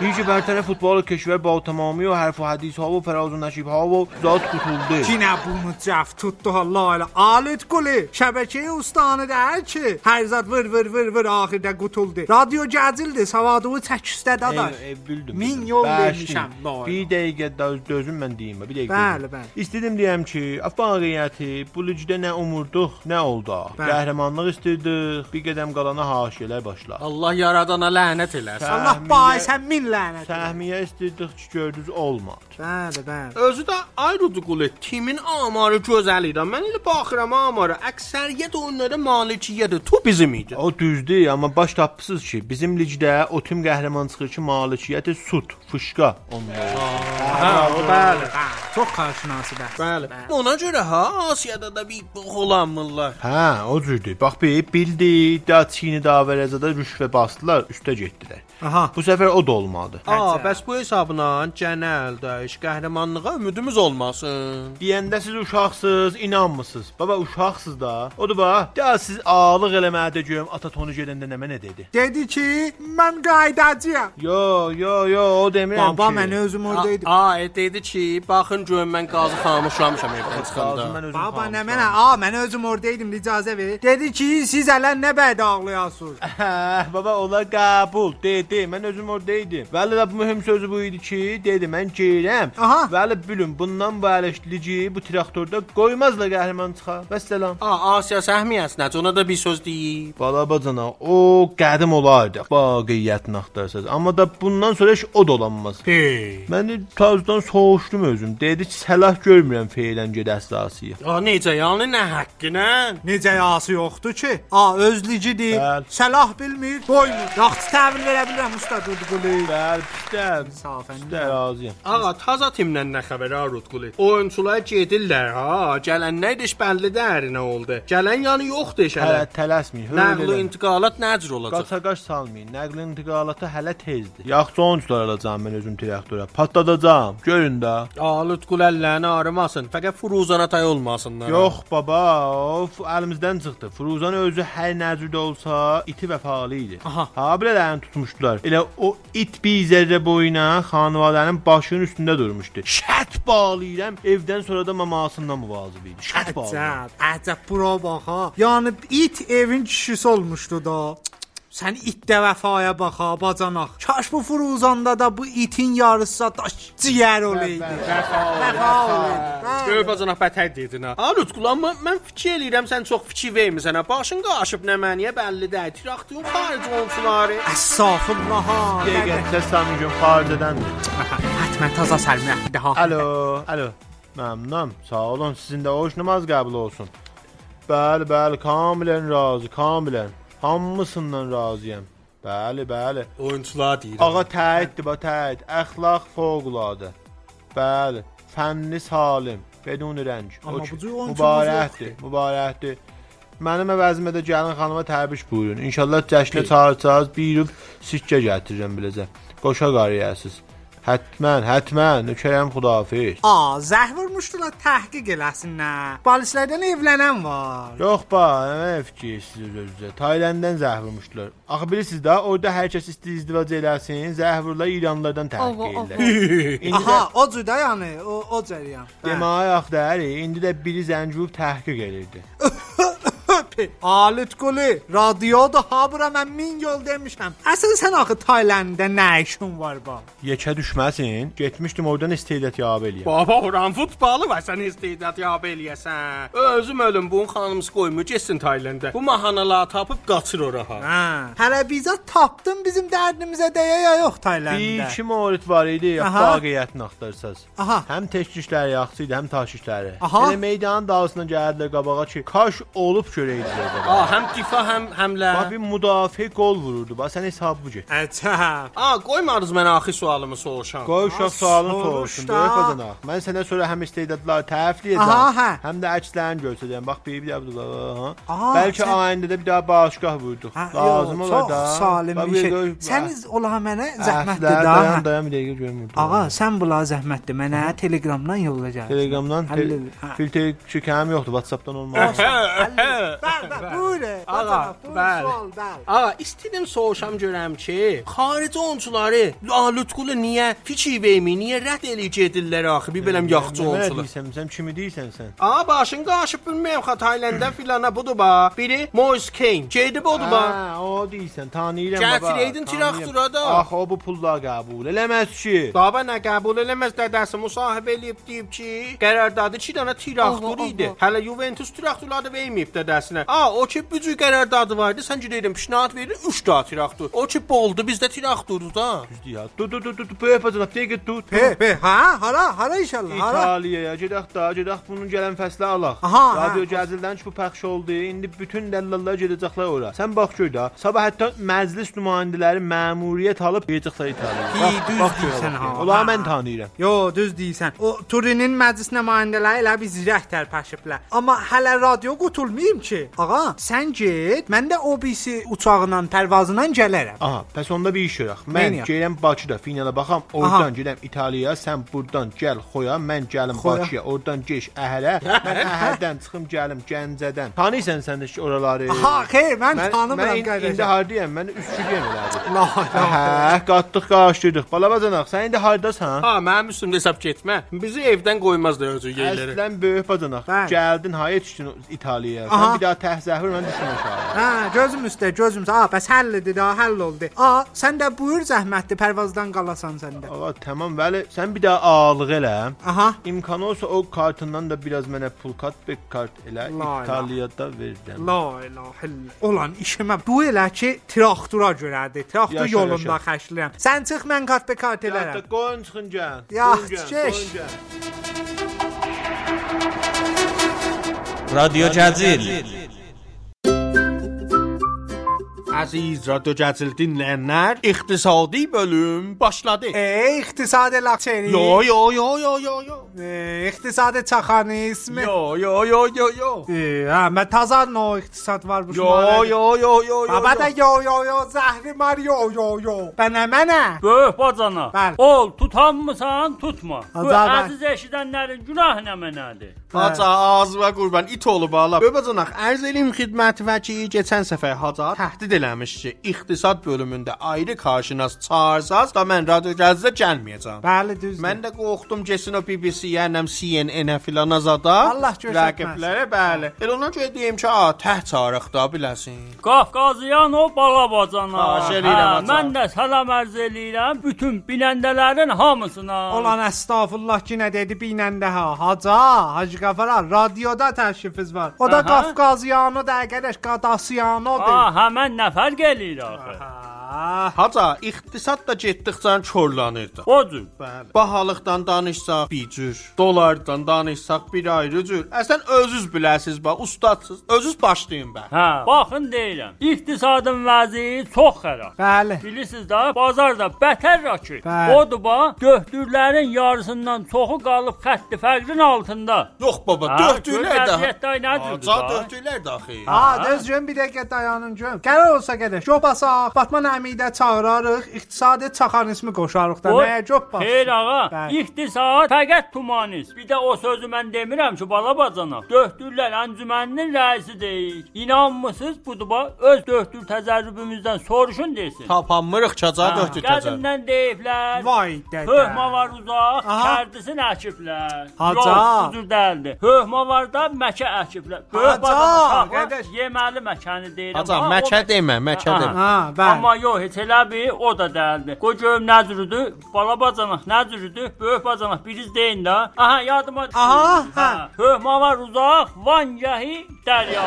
S5: هیچ برتر فوتبال کشور با تمامی و حرف و حدیث ها و فراز و نشیب ها و ذات کتولده
S3: Yine bunu cəf tutdu Allah ilə. Alit quli şəbəkəyə ustanı dər ki, hər zat vır vır vır vır axirdə qutuldu. Radio gəcildi, savadığı çəkistə dadaş.
S5: Ey, ey, bildim.
S3: Min
S5: bildim.
S3: yol
S5: Bəşdi.
S3: vermişəm bu
S5: Bir dəqiqə döz- dözün mən deyim. Bir dəqiqə.
S3: Bəli,
S5: dözün.
S3: bəli.
S5: İstədim deyəm ki, əfaqəyyəti bu ligdə nə umurduq, nə oldu.
S3: Bəli.
S5: Qəhrəmanlıq istəyirdik. Bir qədəm qalana haşiyələr başla.
S2: Allah yaradana lənət eləsin.
S3: Allah bahisən min lənət.
S5: Təhmiyə istəyirdik ki, gördünüz olmadı.
S3: Bəli, bəli.
S2: Özü də ayrıdı qulu. Timin amarı gözəl idi. Mən elə baxıram amarı. Əksəriyyət oyunlara malikiyyədir. Tu bizim idi.
S5: O düzdür, amma baş tapısınız ki, bizim ligdə o tüm qəhrəman çıxır ki, malikiyyəti sud, fışqa onlar.
S2: Hə, bəli.
S3: Çox qarşınası bəs.
S2: Bəli. Ona görə ha Asiyada da bir box olanmırlar.
S5: Hə, o cürdür. Bax bir bildi, da Çini davərəzədə rüşvə basdılar, üstə getdilər.
S3: Aha.
S5: Bu səfər o da olmadı.
S2: Aa, bəs bu hesabla cənəl dəyş qəhrəmanlığa ümidimiz olmasın.
S5: Deyəndə siz uşaqsınız, inanmırsınız. Baba uşaqsınız da. Odur bax, da siz ağlıq eləməyə də görüm ata tonu gedəndə nə mənə dedi.
S3: Dedi ki, mən qaydacıyam.
S5: Yo, yo, yo, o demirəm
S3: Baba
S5: ki.
S3: mən özüm orada idim.
S2: A, e, dedi ki, baxın görün mən qazı xamışamışam evdən
S5: Lazım
S2: çıxanda.
S5: mən özüm.
S3: Baba nə
S5: xamışam.
S3: mənə? A, mən özüm orada idim, icazə ver. Dedi ki, siz hələ nə bəd ağlayasınız?
S5: Hə, baba ola qəbul dedi. Mən özüm orada idim. Vəli də bu mühüm sözü bu idi ki, dedi mən geyirəm.
S3: Aha.
S5: Vəli bilin bundan bu əlişlici bu traktorda qoymazlar qəhrəman çıxa. Vəssalam.
S2: A, Asiya səhmiyəsinə ona da bir söz deyib.
S5: Bala bacana, o qədim olardı. Vaqiyyətini axtarsaz. Amma da bundan sonra iş o dolanmaz.
S2: Hey.
S5: Mən də Tazdan soğuşdum özüm. Dedi ki, səlah görmürəm feilən gedə əsasıya.
S2: A, necə yəni nə haqqına?
S3: Necə yası yoxdur ki? A, özlücidir.
S5: Bəli.
S3: Səlah bilmir, qoymur. Yaxşı təhvil verə bilirəm usta Dudqulu.
S5: Bəli, pisdəm.
S3: İnsafən.
S5: Pisdə razıyam.
S2: Ağa, taza timdən nə xəbər Arutqulu? Oyunçular gedirlər ha, gələnlər də bəlli dəri nə oldu. Gələn yanı yoxdur
S5: Hələ
S2: şələ.
S5: tələsməyin.
S2: Nəqli
S5: Nəqli
S2: intiqalat nəcür olacaq?
S5: qaçaqaç salmayın. Nəqli intiqalatı hələ tezdir. Yaxşı oyunçular alacağam mən özüm traktora. Patladacağam. Görün də.
S2: Arutqulu əllərini arımasın, fəqət Furuzana tay olmasınlar.
S5: Yox baba, of əlimizdən çıxdı. Firuzan özü hər nəzirdə olsa iti vəfalı idi.
S3: Aha.
S5: Ha bilələrini tutmuşdular. Elə o it bir zərrə boyuna xanvadənin başının üstündə durmuşdu. Şət bağlayıram. Evdən sonra da mamasından müvazib idi. Şət bağlayıram.
S3: Əcəb, əcəb bura bax ha. Yəni it evin kişisi olmuşdu da. Cık, cık, cık. Sən itdə vəfaya bax ha, bacanaq. Kaş bu Furuzanda da bu itin yarısı daş ciyər olaydı. Vəfa olaydı. Bəli.
S2: Gövbəcənə Hə. bətər dedin ha. Arut qulanma, mən fikir eləyirəm sən çox fikir vermirsən ha. Başın qarışıb nə məniyə bəlli deyil. Tiraqdığın xarici olsunlar.
S3: Əssafullah.
S5: Dəqiqətə Sami gün xaricdəndir.
S3: Hətmən taza səlmə. Daha.
S5: Alo, alo. Məmnunam. Sağ olun. Sizin də hoş namaz qəbul olsun. Bəli, bəli, kamilən razı, kamilən. Hamısından razıyam. Bəli, bəli.
S2: Oyunçular deyir.
S5: Ağa təyiddir, bax təyid. Əxlaq fövqəladə. Bəli, fənni salim, bedun rəng.
S3: Amma
S5: Okey.
S3: bu cür oyunçumuz
S5: mübarəkdir, mübarəkdir. Mənim əvəzimə də gəlin xanıma təbrik buyurun. İnşallah cəşnə çağıracağız, birib sikkə gətirirəm biləcə. Qoşa qarıyəsiz. Hətmən, hətmən, nökərəm xudafiz.
S3: A, zəhvurmuşdular təhqiq eləsinlər. Balislərdən evlənən var.
S5: Yox ba, nə fikirsiz özünüzə. Taylanddan zəhvurmuşdular. Axı bilirsiniz də, orada hər kəs istəyir izdivac eləsin, zəhvurlar İranlılardan təhqir edirlər. İndi də
S3: Aha, o cür də yəni, o o cəriyan.
S5: Deməyə axtarı, indi də biri zəncub təhqiq edirdi.
S3: Alit qulu, radioda ha bura mən min yol demişəm. Əslən sən axı Taylandda nə işin var ba?
S5: Yekə düşməsin, getmişdim oradan istedad yab eləyəm.
S2: Baba, oran futbolu var, sən istedad yab eləyəsən. Özüm ölüm, bunun xanımısı qoymur, getsin Tayləndə. Bu mahanaları tapıb qaçır ora ha.
S3: Hə. Hələ bizə tapdın bizim dərdimizə dəyə ya yox
S5: Bir
S3: Taylandda.
S5: iki morit var idi,
S3: Aha.
S5: vaqiətin axtarsaz.
S3: Aha.
S5: Həm teşkişləri yaxşı idi, həm taşişləri.
S3: Aha.
S5: Elə meydanın dalısına gəldilər qabağa ki, kaş olub görəydi.
S3: Hə.
S5: bizlərdə.
S2: Aa, həm difa, həm həmlə.
S5: Bax bir müdafiə gol vururdu. Bax sən hesab bu get.
S3: Əcəb.
S2: Aa, qoymarız mənə axı sualımı soruşan.
S5: Qoy uşaq sualını
S3: soruşdu.
S5: soruşsun. Böyük qazanaq. Mən sənə sonra həm istedadları tərifli edəcəm.
S3: Aha, hə.
S5: Həm də əkslərini göstərəcəm. Bax bir bir Abdullah.
S3: Aha,
S5: Aha. Bəlkə
S3: sən-
S5: ayində də bir daha bağışqah vurduq.
S3: Ha,
S5: Lazım
S3: yox,
S5: olar da.
S3: Çox salim
S5: Bax,
S3: bir şey.
S5: gör-
S3: Sən ola mənə
S5: Əflər,
S3: zəhmətdir da.
S5: Dayan, dayan bir dəqiqə görmür.
S3: Ağa, sən bula zəhmətdir. Mənə Telegramdan yolla gəl.
S5: Telegramdan
S3: Həll
S5: te
S3: edin, hə.
S5: filtre çəkənim yoxdur. WhatsApp-dan olmaz.
S3: Bəli, bəli, buyurun.
S2: Ağa,
S3: Ağa,
S2: bəli.
S3: bəli. Bəli.
S2: Aa, istedim soruşam görəm ki, xarici oyunçuları la Lutqulu niyə fiçi vermi, niyə rədd eləyirlər axı? Bir beləm yaxçı
S5: Nə
S2: oyunçular.
S5: deyirsən sən kimi deyirsən sən?
S2: Aa, başın qaşıb bilmirəm xa Taylanddan filana budur ba. Biri Moise Kane, gedib odur ba.
S5: Hə, o deyirsən, tanıyıram baba.
S2: Gətirəydin
S5: tanıyıram.
S2: Tiraqtura da.
S5: Axı o bu pulla qəbul eləməz ki.
S2: Dava nə qəbul eləməz dədəsi müsahibə eləyib deyib ki, qərardadı 2 dənə tiraktor idi. Hələ Juventus tiraktorları verməyib dədəsinə. A, o ki bücü qərardadı var idi. Sən gedəydin pişnahat verir 3 dənə tiraktor. O ki boldu bizdə tiraktordu da. Hə?
S5: Düzdür ya. Dur dur dur dur. Böyük bacanaq dəqiqə dur.
S3: Pe, pe, ha, hara, hara inşallah, hara.
S5: İtaliyaya gedək da, gedək bunun gələn fəslə alaq.
S3: Aha, hə.
S5: Radio gəzildən ki bu pəxş oldu. İndi bütün dəllallar gedəcəklər ora. Sən bax gör də, sabah hətta məclis nümayəndələri məmuriyyət alıb gedəcəklər İtaliyaya.
S3: Hi, düz deyirsən ha.
S5: Ola mən tanıyıram.
S3: Yo, düz deyirsən. O Turinin məclis nümayəndələri elə bir zirək tərpəşiblər. Amma hələ radio qutulmayım ki. Ağa, sən get, mən də OBC uçağından, pərvazından gələrəm.
S5: Aha, bəs onda bir iş görək.
S3: Neyin
S5: Mən
S3: ya?
S5: gələm Bakıda finala baxam,
S3: Aha.
S5: oradan gedəm İtaliyaya, sən burdan gəl Xoya, mən gəlim
S3: Xoya.
S5: Bakıya, oradan geç Əhələ, mən Əhəldən çıxım gəlim Gəncədən. Tanıyırsan sən də ki oraları?
S3: Ha, xeyr, mən
S5: Mən, mən
S3: tanımıram
S5: in- indi
S3: qardaşım.
S5: hardayam? Mən Üsküdəyəm elədim.
S3: La, la.
S5: Hə, qatdıq, qarışdırdıq. Balabacanaq, sən indi hardasan?
S2: Ha, mənim üstümdə hesab getmə. Bizi evdən qoymazlar özü yerləri.
S5: Əslən böyük bacanaq.
S3: Bəli.
S5: Gəldin, ha, yetişdin İtaliyaya.
S3: Aha.
S5: Sən bir daha təhzəhür mən düşünmüşəm.
S3: Hə, gözüm üstə, gözüm üstə. A, bəs həll idi da, həll oldu. A, sən də buyur zəhmətli pərvazdan qalasan sən də.
S5: Ağa, tamam, bəli, sən bir daha ağalıq elə.
S3: Aha.
S5: İmkanı olsa o kartından da biraz mənə pul cutback kart elə
S3: Lay,
S5: İtaliyada verirəm.
S3: La ilahe illallah. Olan işimə bu elə ki, traktora görərdi. Traktor
S5: Yaşa,
S3: yolunda
S5: yaşa.
S3: xərcləyirəm. Sən çıx, mən qat be kart elərəm.
S5: qoyun çıxın gəlin.
S3: Ya,
S5: Qoyun gəlin,
S3: keş.
S5: qoyun gəlin.
S1: رادیو جزیل
S2: Əziz radio gəzil dinləyənlər, iqtisadi bölüm başladı.
S3: Ey, iqtisad laçeri.
S2: Yo yo yo yo yo yo.
S3: Ey, iqtisad çaxanizmi.
S2: Yo yo yo yo yo.
S3: Ey, hə, mən təzə no iqtisad var bu
S2: Yo yo yo yo yo.
S3: Baba da yo yo yo zəhri mar yo yo yo. Bənə mənə.
S6: Böyük bacana.
S3: Bəli.
S6: Ol tutanmısan tutma. Bu
S3: Azar bəy.
S6: əziz eşidənlərin günah nə mənadır?
S2: Haca ağzına qurban it olub ala. Böbəcənaq ərz eləyim xidmət vəkili keçən səfər Haca təhdid eləmiş ki, iqtisad bölümündə ayrı karşınaz çağırsaz da mən radio gəzdə gəlməyəcəm.
S3: Bəli, düzdür.
S2: Mən də qorxdum getsin o BBC-yə, nəm CNN-ə filan azada.
S3: Allah göstərməsin.
S2: Rəqiblərə bəli. Elə ona görə deyim ki, a, təh çağırıq da biləsin.
S6: Qafqazıyan o bala bacana.
S2: Xahiş eləyirəm, atam.
S6: mən də salam arz eləyirəm bütün binəndələrin hamısına.
S3: Olan əstəğfurullah ki nə dedi binəndə ha. Haca, Hacı Qafara radioda təşrifiz var. O da
S6: Aha.
S3: Qafqaziyanı da qardaş Qadasiyanıdır.
S6: Ha, həmən nəfər gəlir axı.
S3: Ah,
S2: Haca iqtisad da getdikcə korlanırdı.
S6: O cür.
S2: Bəli. Bahalıqdan danışsaq bir cür, dolardan danışsaq bir ayrı cür. Əslən özünüz biləsiz bax, ustadsınız. Özünüz başlayın bax.
S6: Hə, baxın deyirəm. İqtisadın vəziyi çox xarab.
S3: Bəli.
S6: Bilirsiniz də, bazarda bətər rakı.
S3: Bəli.
S6: Odur ba, göhdürlərin yarısından çoxu qalıb xətti fəqrin altında.
S2: Yox baba,
S6: Ha,
S2: dördülər
S6: gör
S2: də.
S6: vəziyyətdə nədir bu
S2: Ca
S6: da?
S2: dördülər də axı.
S3: Ha, düz gün bir dəqiqə dayanın gün. Qərar olsa qədər. Çox basaq, Batman əmidə çağırarıq, iqtisadi çaxan ismi qoşarıq da.
S6: O-
S3: Nəyə çox bas?
S6: Xeyr ağa,
S3: Bəli.
S6: iqtisad fəqət tumanis. Bir də o sözü mən demirəm ki, bala bacana. Döhdürlər əncüməninin rəisi deyik. İnanmısınız budur ba, öz döhdür təcrübəmizdən soruşun desin.
S2: Tapanmırıq caca dördü təcə.
S6: Qədimdən deyiblər.
S3: Vay dədə.
S6: Höhmə var uzaq,
S3: Aha.
S6: kərdisin əkiblər.
S3: Haca.
S6: Yox, üzr dəldi. Höhmə var da məkə əkiblər.
S3: Haca,
S6: Böyük
S3: qardaş.
S6: bacana yeməli məkəni deyirəm.
S2: Haca,
S6: Ha, o
S2: məkə
S6: məkə-
S2: demə, məkə
S6: Aha.
S2: demə.
S3: Ha, bəli.
S6: Amma yox, heç elə bir o da dəldi. Qoy görüm nə cürüdür. Bala bacanaq nə cürüdür? Böyük bacanaq biriz deyin də. Aha, yadıma düşdü.
S3: Aha, hə.
S6: Höhmə var uzaq, Van gəhi dərya.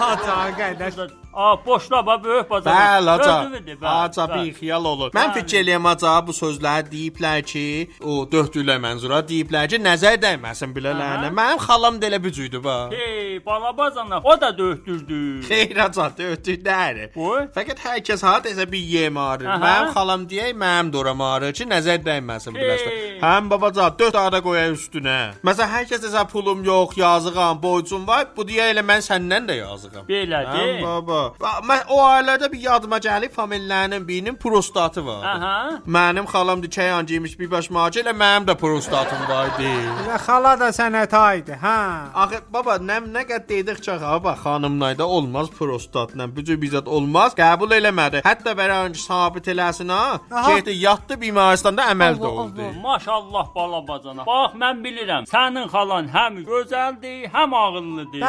S3: Haca, qardaş.
S6: Burada A, boşla ba, böyük bacanak.
S2: Bəli, aca.
S6: Özümüdür, bəli,
S2: Aca
S6: bəli.
S2: bir xiyal olur. Mən fikir eləyəm aca bu sözləri deyiblər ki, o döhdülər mənzura deyiblər ki, nəzər dəyməsin bilələrinə.
S6: Aha.
S2: Mənim xalam da elə bücüydü ba.
S6: Hey, bala bacanak, o da döhtürdü.
S2: Xeyr aca döhdülər.
S6: Qoy.
S2: Fəqət hər kəs ha desə bir yem arır.
S6: Aha.
S2: Mənim xalam deyək, mənim doram arır ki, nəzər dəyməsin biləsən.
S6: Hey.
S2: Həm babaca 4 ada qoya üstünə. Məsələn hər kəs desə pulum yox, yazığam, borcum var, bu deyə elə mən səndən də yazığam.
S6: Belədir.
S5: Həm baba.
S2: Va- Mən o ailədə bir yadıma gəlib familiyalarının birinin prostatı var.
S6: Aha.
S2: Mənim xalam dikəyan geymiş bir baş macə elə mənim də prostatım var idi.
S3: Və xala da sənə taydı, hə.
S2: Axı baba nə nə qəd dedikcə baba xanımlayda olmaz prostatla bücür bizat olmaz qəbul eləmədi. Hətta bəran sabit eləsin ha.
S3: Aha.
S2: Getdi yatdı bimaristanda əməl də oldu.
S6: Maşallah bala bacana. Bax mən bilirəm. Sənin xalan həm gözəldir, həm ağıllıdır.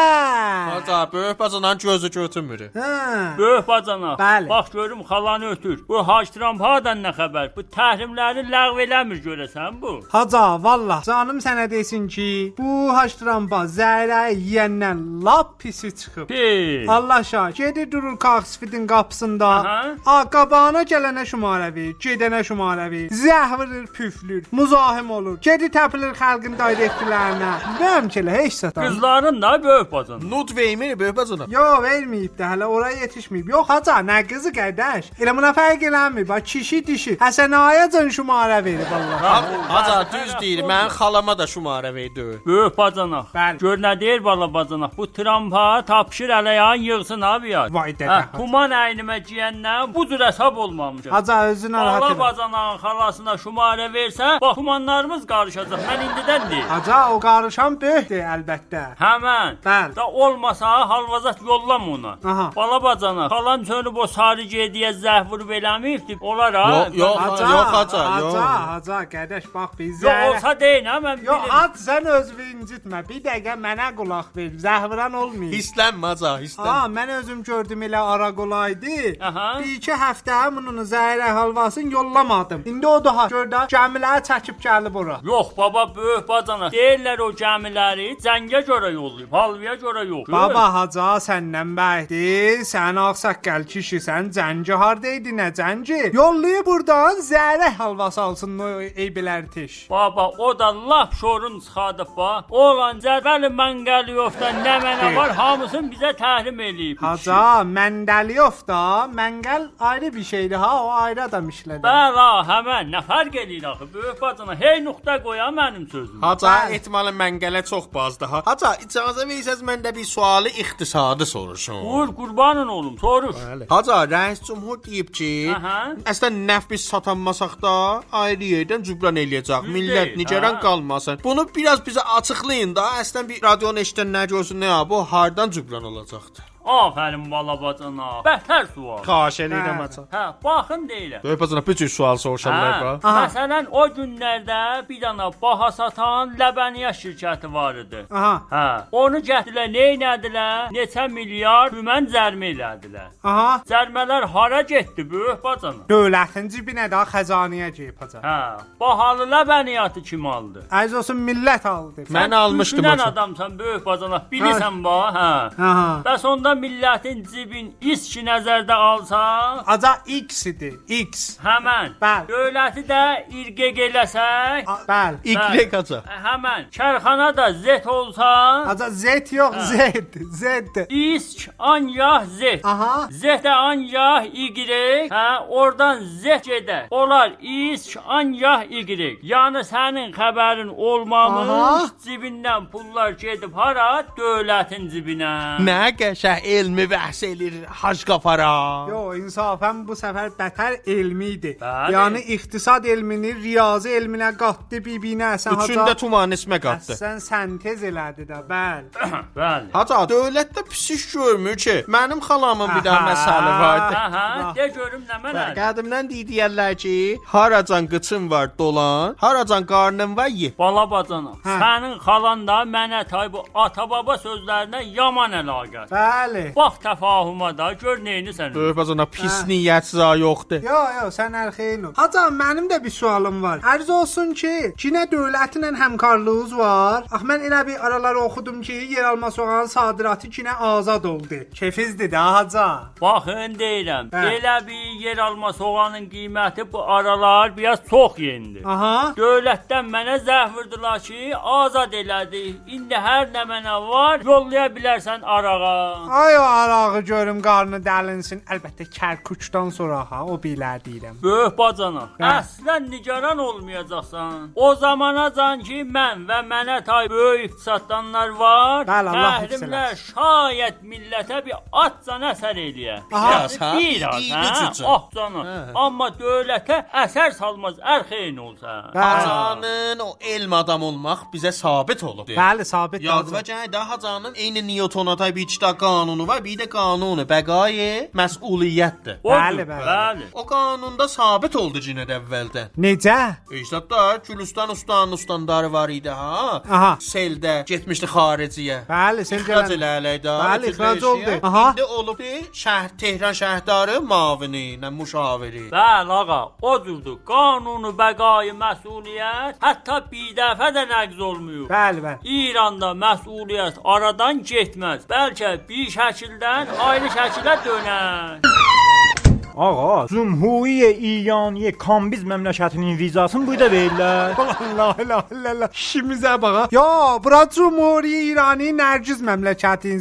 S3: Bətər.
S2: Baca böyük bacadan gözü götürmür.
S3: Hə.
S6: Böyük bacana.
S3: Bəli.
S6: Bax görüm xalanı ötür. Bu Hacı Trump hadan nə xəbər? Bu təhrimləri ləğv eləmir görəsən bu.
S3: Haca, vallah, canım sənə desin ki, bu haştıramba zərə yeyəndən lap pisi çıxıb.
S6: Pi.
S3: Allah şah, gedir durur Kaxsfidin qapısında.
S6: Aha.
S3: A, qabağına gələnə şumarə verir, gedənə şumarə verir. Zəhvirir, püflür, muzahim olur. Gedir təpilir xalqın dairəkdilərinə. Bəyəm ki, elə heç satan.
S6: Qızların da böyük bacana.
S2: Nut vermir böyük bacana.
S3: Yo, verməyib də hələ oraya yetişməyib. Yox, haca, nə qızı qardaş? Elə buna fərq eləmir. Bax, kişi dişi. Həsən ayacın şumarə verir vallah.
S2: Baca düz deyir. Mənim xalama da şumarə verdi.
S6: Böyük bacanaq.
S3: Bəli.
S6: Gör nə deyir bala bacanaq. Bu trampa tapşır hələ yan yığsın abi ya.
S3: Vay dədə.
S6: Hə, Tuman əynimə giyəndən bu cür hesab olmamışam.
S3: Haca özünə rahat
S6: Allah
S3: elə.
S6: bacanağın xalasına şumarə versə, bax tumanlarımız qarışacaq. Mən indidən deyim.
S3: Haca, o qarışan böyükdür əlbəttə.
S6: Həmən.
S3: Bəli.
S6: Da olmasa halvazat yollam ona.
S3: Aha.
S6: Bala bacana. Xalan çönüb o sarı gediyə zəhvur beləmiyibdi. Olar ha.
S2: Yox, yox,
S3: Haca,
S2: yox, haca, yox.
S3: Haca, haca, qardaş, bax biz
S6: Yox olsa deyin ha mən
S3: Yox,
S6: bilirəm.
S3: at sən özünü incitmə. Bir dəqiqə mənə qulaq ver. Zəhvran olmayın.
S2: Hislənmə aca, hislənmə.
S3: Aa, mən özüm gördüm elə ara qolaydı.
S6: Aha.
S3: Bir iki həftə bunun zəhərə halvasını yollamadım. İndi o daha gördə gəmiləri çəkib gəlib ora.
S6: Yox baba böyük bacana. Deyirlər o gəmiləri zəngə görə yollayıb, halvaya görə yox.
S3: Baba haca səndən bəhdi, sən ağsaqqal kişisən, zənci hardaydı nə zənci? Yollayı burdan zərə halvası alsın o eyblər tiş.
S6: Baba o da lap şorun çıxadıb ba. Oğlan Cəbəli Mənqəliyovdan nə mənə var hamısını bizə təhrim eləyib. bu kişi.
S3: Haca, Məndəliyov da, Məngəl ayrı bir şeydi ha, o ayrı adam işlədi.
S6: Bəla, həmən nə fərq eləyir axı böyük bacana? Hey nöqtə qoya mənim sözümə.
S2: Haca
S3: Bəli.
S2: ehtimalı mənqələ çox bazdır ha. Haca icazə versəz mən də bir sualı iqtisadi soruşum.
S6: Buyur qurbanın oğlum, soruş.
S2: Haca rəis cümhur deyib ki,
S6: Aha.
S2: əslən nəf biz satanmasaq da ayrı yerdən cübran eləyəcək.
S6: Düz
S2: Millət
S6: deyil,
S2: nigeran
S6: ha.
S2: qalmasın. Bunu biraz bizə açıqlayın da. Əslən bir radionu eşidən nə görsün, nə bu hardan cübran olacaqdı?
S6: Afərin bala bacana. Bətər sual.
S2: Xahiş
S3: eləyirəm, Haca.
S6: Hə, baxın deyirəm.
S2: Böyük bacana bir cür sual soruşanlar
S6: Hə,
S2: var.
S3: Aha.
S6: məsələn o günlərdə bir dana baha satan Ləbəniyyə şirkəti var idi.
S3: Aha,
S6: Hə, onu gətirdilər, neynədilər? Neçə milyard tümən cərimə elədilər.
S3: aha.
S6: Cərmələr hara getdi böyük bacana?
S3: Dövlətin cibinə də xəzanəyə gəlib haca.
S6: Hə, bahalı ləbəniyyatı kim aldı?
S3: Əziz olsun millət aldı.
S2: Mən almışdım
S6: Sən
S2: haca.
S6: adamsan böyük bacana, bilirsən ba, hə.
S3: Aha.
S6: Bəs onda millətin cibin içki nəzərdə alsa,
S3: Aca X idi. X.
S6: həmən.
S3: Bəl.
S6: Dövləti də irqeq eləsək,
S3: A- Bəl.
S2: İqlə haca.
S6: həmən. Kərxana da Z olsa,
S3: Aca Z yox, Z. Z.
S6: İsk ancaq Z.
S3: Aha.
S6: Zəhdə ancaq Y, hə, oradan Z gedə. Olar isk ancaq Y. Yəni sənin xəbərin
S3: Aha.
S6: olmamış, cibindən pullar gedib hara? Dövlətin cibinə.
S2: Nə qəşəh elmi bəhs eləyir Hac Qafara.
S3: Yo, insafən bu səfər bətər elmi idi.
S6: Bəli.
S3: Yəni iqtisad elmini riyazi elminə qatdı bir-birinə. Sən
S2: Üçündə tuman ismə qatdı.
S3: Sən səntez elədi də, bəl.
S6: Bəli.
S2: Haca dövlətdə pisiş görmür ki. Mənim xalamın bir daha
S3: Aha.
S2: məsəli vardı.
S6: Aha, de görüm nə mənə.
S2: Qədimdən deyirlər ki, haracan qıçın var dolan, haracan qarnın var ye.
S6: Bala bacana,
S3: Hə.
S6: sənin xalan da mənə tay bu ata-baba sözlərinə yaman əlaqədir.
S3: Bəl, Bəli.
S6: Bax təfahuma da, gör neyini sən.
S7: Örbazana pis
S2: Hə.
S7: niyyətsiz ha yoxdur.
S3: Yo, yo, sən hər xeyirli. ol. Hacı, mənim də bir sualım var. Ərz olsun ki, Çinə dövləti ilə həmkarlığınız var. Ax mən elə bir araları oxudum ki, yeralma soğanın sadiratı Çinə azad oldu. Kefizdir də Hacı.
S6: Baxın deyirəm,
S3: Hə.
S6: elə bir yer alma soğanın qiyməti bu aralar biraz çox yendir.
S3: Aha.
S6: Dövlətdən mənə zəh vurdular ki, azad elədi. İndi hər nə mənə var, yollaya bilərsən arağa.
S3: Ay o arağı görüm qarnı dəlinsin. Əlbəttə kərkuçdan sonra ha, o bilər deyirəm.
S6: Böyük bacana,
S3: Hə.
S6: əslən nigaran olmayacaqsan. O zamanacan ki, mən və mənə tay böyük iqtisaddanlar var,
S3: Bəli, Allah
S6: təhrimlər
S3: hifz
S6: şayət millətə bir atcan əsər eləyə.
S3: Aha.
S6: Yəni
S2: Biraz, ha?
S6: Biraz,
S2: Bir-
S6: hə?
S2: bir cücə.
S6: Ah canım.
S2: Hə.
S6: Amma dövlətə əsər salmaz ərxeyin olsa.
S3: Bəli,
S2: Hacanın o elm adam olmaq bizə sabit olub.
S3: bəli sabit.
S2: Yazıva cəhdə hacanın eyni Newtonata bir də qanunu var, bir də qanunu bəqayi məsuliyyətdir.
S6: Odur,
S3: Bəli, bəli.
S6: Bəli.
S2: O qanunda sabit oldu cinəd əvvəldən.
S3: Necə?
S2: Ecdadlar Gülüstan ustanın ustandarı var idi ha.
S3: Aha.
S2: Seldə getmişdi xariciyə.
S3: Bəli, sən
S2: İxrac
S3: görən-
S2: eləyək də.
S3: Bəli, ixrac oldu. Aha.
S2: Aha. İndi olub şəhər Tehran şəhərdarı mavini, nə müşaviri.
S6: Bəli ağa, o cürdür. Qanunu bəqai məsuliyyət hətta bir dəfə də nəqz olmuyor.
S3: Bəli, bəli.
S6: İranda məsuliyyət aradan getməz. Bəlkə bir şəkildən ayrı şəkilə dönər.
S8: Ağa, Cümhuriye İyaniye Kambiz məmləkətinin vizasını bu da verirlər.
S3: Allah Allah Allah. İşimizə bax. ha. Yo, bura Cumhuriyyət İranı Nərgiz məmləkətinin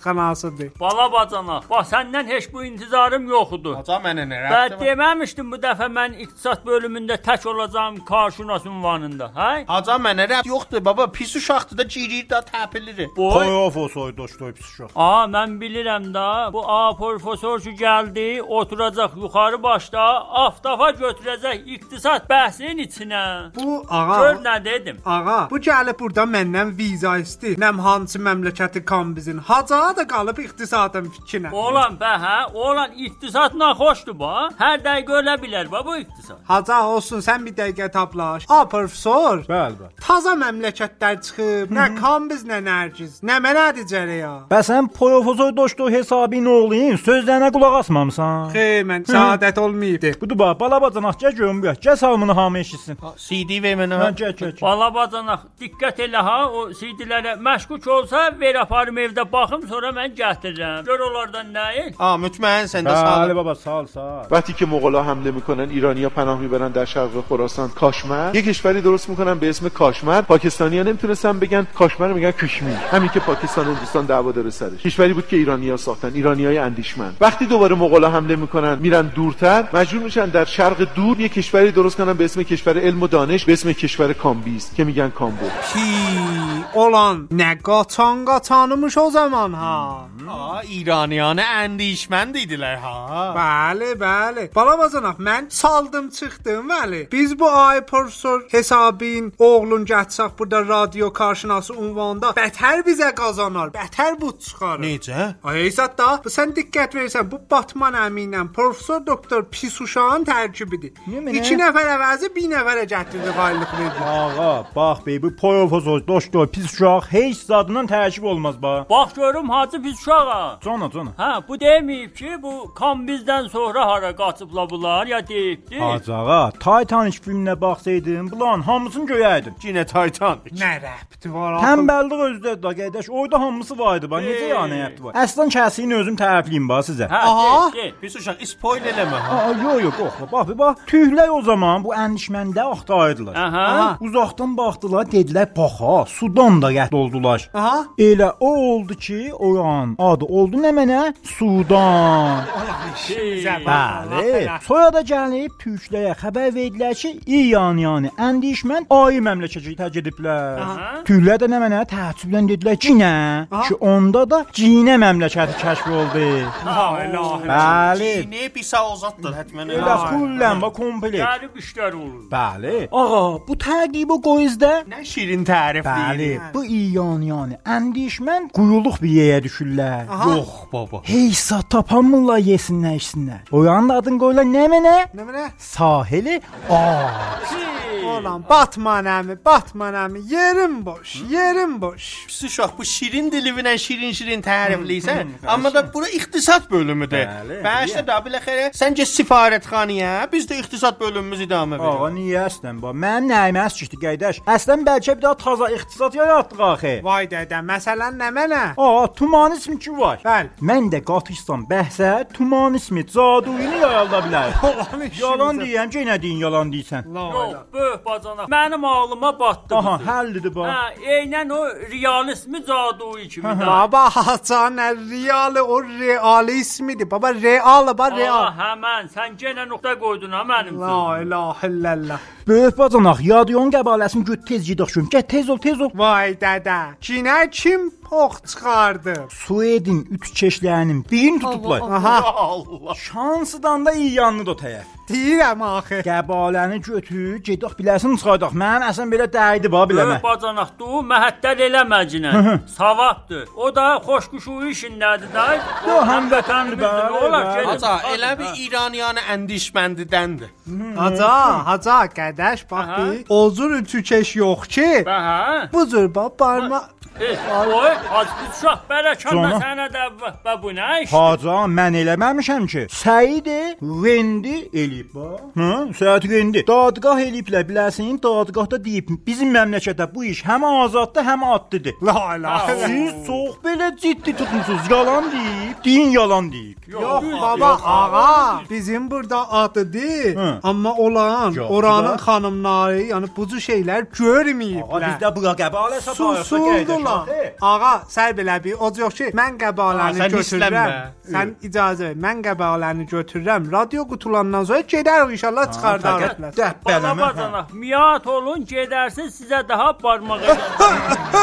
S3: sifarətxanasıdır.
S6: Bala bacanaq, bax səndən heç bu intizarım yoxdur.
S2: Haca mənə nə
S6: Bəli
S2: rəbti var?
S6: deməmişdim bu dəfə mən iqtisad bölümündə tək olacağam karşınas ünvanında, hə?
S2: Haca mənə rəbt yoxdur baba, pis uşaqdır da girir də təpilir.
S6: Boy.
S8: Koyov o soydoşdoy psişox.
S6: A, mən bilirəm də, bu A professor şu gəldi, oturacaq yuxarı başda, aftafa götürəcək iqtisad bəhsinin içinə.
S3: Bu
S6: Gör
S3: ağa
S6: nə dedim.
S3: Ağa, bu gəlib burada məndən viza istəyir. Nəm hansı məmləkəti Kambizin. Haca da qalıb iqtisadın fikrinə.
S6: Oğlan bə hə, oğlan iqtisadla xoşdur ba. Hər dəqiqə ölə bilər ba bu iqtisad.
S3: Haca olsun, sən bir dəqiqə taplaş. A professor,
S8: Bəli, bəli.
S3: taza məmləkətlər çıxıb. Nə Kambiz, nə Nərgiz. Nə mənədir cəreya?
S8: Bəs sən Professor Dostoy hesabı nə olayım? Sözlərinə qulaq asmamısan?
S3: Xeyr, mən saadət olmayıbdı.
S8: Budur bax, balabacanaq gəl görüm gəl. Gəl salmını hamı eşitsin.
S2: CD ver mənə.
S8: Hə, gəl, gəl. gəl.
S6: Bala bacanaq, diqqət elə ha, o CD-lərə məşğul olsa, ver aparım evdə baxım, sonra mən gətirirəm. Gör onlardan nəyin?
S2: Ha, mütməğənsən də sağ
S8: Bəli
S2: ol.
S8: baba, sağ ol, sağ ol.
S5: وقتی که مغلا حمله میکنن ایرانیا پناه میبرن در شرق خراسان کاشمر یه کشوری درست میکنن به اسم کاشمر پاکستانیا نمیتونستن بگن کاشمر رو میگن کشمیر همین که پاکستان و هندوستان دعوا داره سرش کشوری بود که ایرانیا ساختن ایرانیای اندیشمند وقتی دوباره مغلا حمله میکنن میرن دورتر مجبور میشن در شرق دور یه کشوری درست کنن به اسم کشور علم و دانش به اسم کشور کامبیز که میگن کامبو
S3: Pi, olan nə qaçan qaçanmış o zaman ha.
S2: Ha, İraniyanə əndişmənd idilər ha.
S3: Bəli, bəli. Balabacanaq, mən çaldım çıxdım, bəli. Biz bu ay professor hesabın oğlun gətsək burada radio karşınası unvanda bətər bizə qazanar, bətər bu çıxarır.
S2: Necə?
S3: Ay Əsad da, bu sən diqqət versən, bu Batman əminlə professor doktor Pisuşan tərkibidir.
S8: Niyə mənə?
S3: 2 nəfər əvəzi 1 nəfərə gətirdi qaylıq verdi.
S8: Ağa, bax bey, bu Professor Dostoy pis uşaq heç zadından təəccüb olmaz bax.
S6: Bax görüm Hacı pis uşağa.
S8: Cana, cana.
S6: Hə, bu deməyib ki, bu kan bizdən sonra hara qaçıbla bunlar ya deyibdi.
S8: Acağa, Titanic filminə baxsaydın, bulan hamısını görərdin.
S9: Yenə Titan.
S3: Nə rəbti var? axı?
S8: Tənbəllik özüdə də qardaş, orada hamısı var idi bax. Necə
S6: Ey.
S8: yəni həyatı var? Əslən kəsiyin özüm tərifliyim bax sizə.
S6: Hə,
S3: Aha.
S6: de, de.
S2: Pis uşaq, spoil eləmə ha.
S8: Aa, yox, yox, qorxma. Bax, bir bax. Tühlər o zaman bu əndişməndə axtardılar.
S6: Aha.
S8: Uzaqdan baxdılar, dedilər, bax ha, sudan da qət oldular.
S3: Aha.
S8: Elə o oldu ki, oran adı oldu nə mənə? Sudan.
S6: Şey,
S8: Bəli. Soyada gəlib türklərə xəbər verdilər ki, İyan yani əndişmən ayı məmləkətə tə gediblər. Türklər də nə mənə təəccüblə dedilər ki, nə? Ki onda da Cinə məmləkəti kəşf oldu. Bəli.
S2: Ne pis azaddır hətmən.
S8: Elə kullan və komplet.
S6: Qərib işlər olur.
S8: Bəli. Ağa, bu təqib o qoyuzda
S2: Nə şirin tərif
S8: Bəli, bu iyan yani əndişmən quyuluq bir yeyə düşürlər.
S2: Yox baba.
S8: Heysa tapanmırlar yesinlər içsinlər. Oyanın adını qoyurlar nə mənə?
S3: Nə mənə?
S8: Sahili A.
S6: Şey,
S3: oğlan batma nemi batma nemi yerim boş yerim boş.
S2: Şah bu şirin diliyle şirin şirin tərifləyirsən. Amma da bura iqtisad bölümüdür.
S8: Bəli,
S2: Bəşdə da biləxərə səncə sifarətxanaya, biz də iqtisad bölümümüz idamə veririk.
S8: Ağa niyə əslən bu? Mən nəyimə əsçikdi qardaş? Əslən bəlkə bir daha taza iqtisad yaratdıq axı.
S3: Vay dədə məsələn nə mənə?
S8: A, tuman ismi ki var.
S3: Bəli.
S8: Mən də qatışsam bəhsə tuman ismi caduyunu yaralda bilər.
S3: Olan işimizə-
S8: yalan deyirəm ki, nə deyin yalan deyirsən.
S6: Yox, böh bacana. Mənim ağlıma batdı.
S8: Aha,
S6: bu söz.
S8: həllidir bu.
S6: Hə, eynən o realizmi caduyu kimi də.
S3: Baba Hasan Riyalı o realismidir. Baba real baba
S6: Aa,
S3: real.
S6: Ah, həmən, sən yenə nöqtə qoydun ha mənim sözümə.
S3: La ilahe illallah.
S8: Böyük bacanaq, yadyon qəbaləsini göt tez yedəxşüm. Gəl tez ol, tez ol.
S3: Vay dədə. Kinə kim pox çıxardı?
S8: Suedin ütkeşlərinin birini tutublar.
S3: Aha,
S8: Şansıdan da iyi yanını da təyər.
S3: deyirəm axı.
S8: Qəbaləni götür, gedək biləsən çıxardaq. Mənim əsən belə dəydi ba biləmə.
S6: Böyük bacanaq du, məhəttəl eləməcinə. Savabdır. O da xoşquşu işindədir də.
S8: Yo, həmvətəndir, bəli, bəli.
S2: Haca, elə bir İraniyanə əndişməndidəndir.
S3: Haca, haca qardaş bax bir. O cür ütükeş yox ki.
S6: Bə hə.
S3: Bu cür bax barmaq
S6: Eh, Oy, az bir uşaq bərəkən
S8: Cana.
S6: sənə də bə- bə bu nə iş?
S8: Haca, mən eləməmişəm ki. Səidi rendi eləyib ba. Hə, Səid rendi. Dadqah eləyiblər biləsən, dadqahda deyib, bizim məmləkətdə bu iş həm azaddır, həm adlıdır.
S3: La ilahe illallah.
S8: Siz çox belə ciddi tutmusunuz. Yalan deyib, deyin yalan deyib.
S3: Yox baba ağa bizim burada adı değil
S8: Hı.
S3: ama olan
S8: Yox,
S3: oranın
S8: baba.
S3: xanımları yani bu tür şeyler
S8: Ağa,
S3: görməyiblər.
S8: Bizdə bu qəbalə sapayıqda
S3: Susurdular. Ağa sən belə bir o yox ki mən
S2: Ağa,
S3: qəbaləni
S2: sən
S3: götürürəm.
S2: istəmə.
S3: Sən icazə ver. Mən qəbaləni götürürəm. Radio qutulandan sonra gedərik inşallah çıxardarıq.
S6: Bala
S8: Dəbbələmə.
S6: bacanaq, miat olun, gedərsiz sizə daha barmaq edər.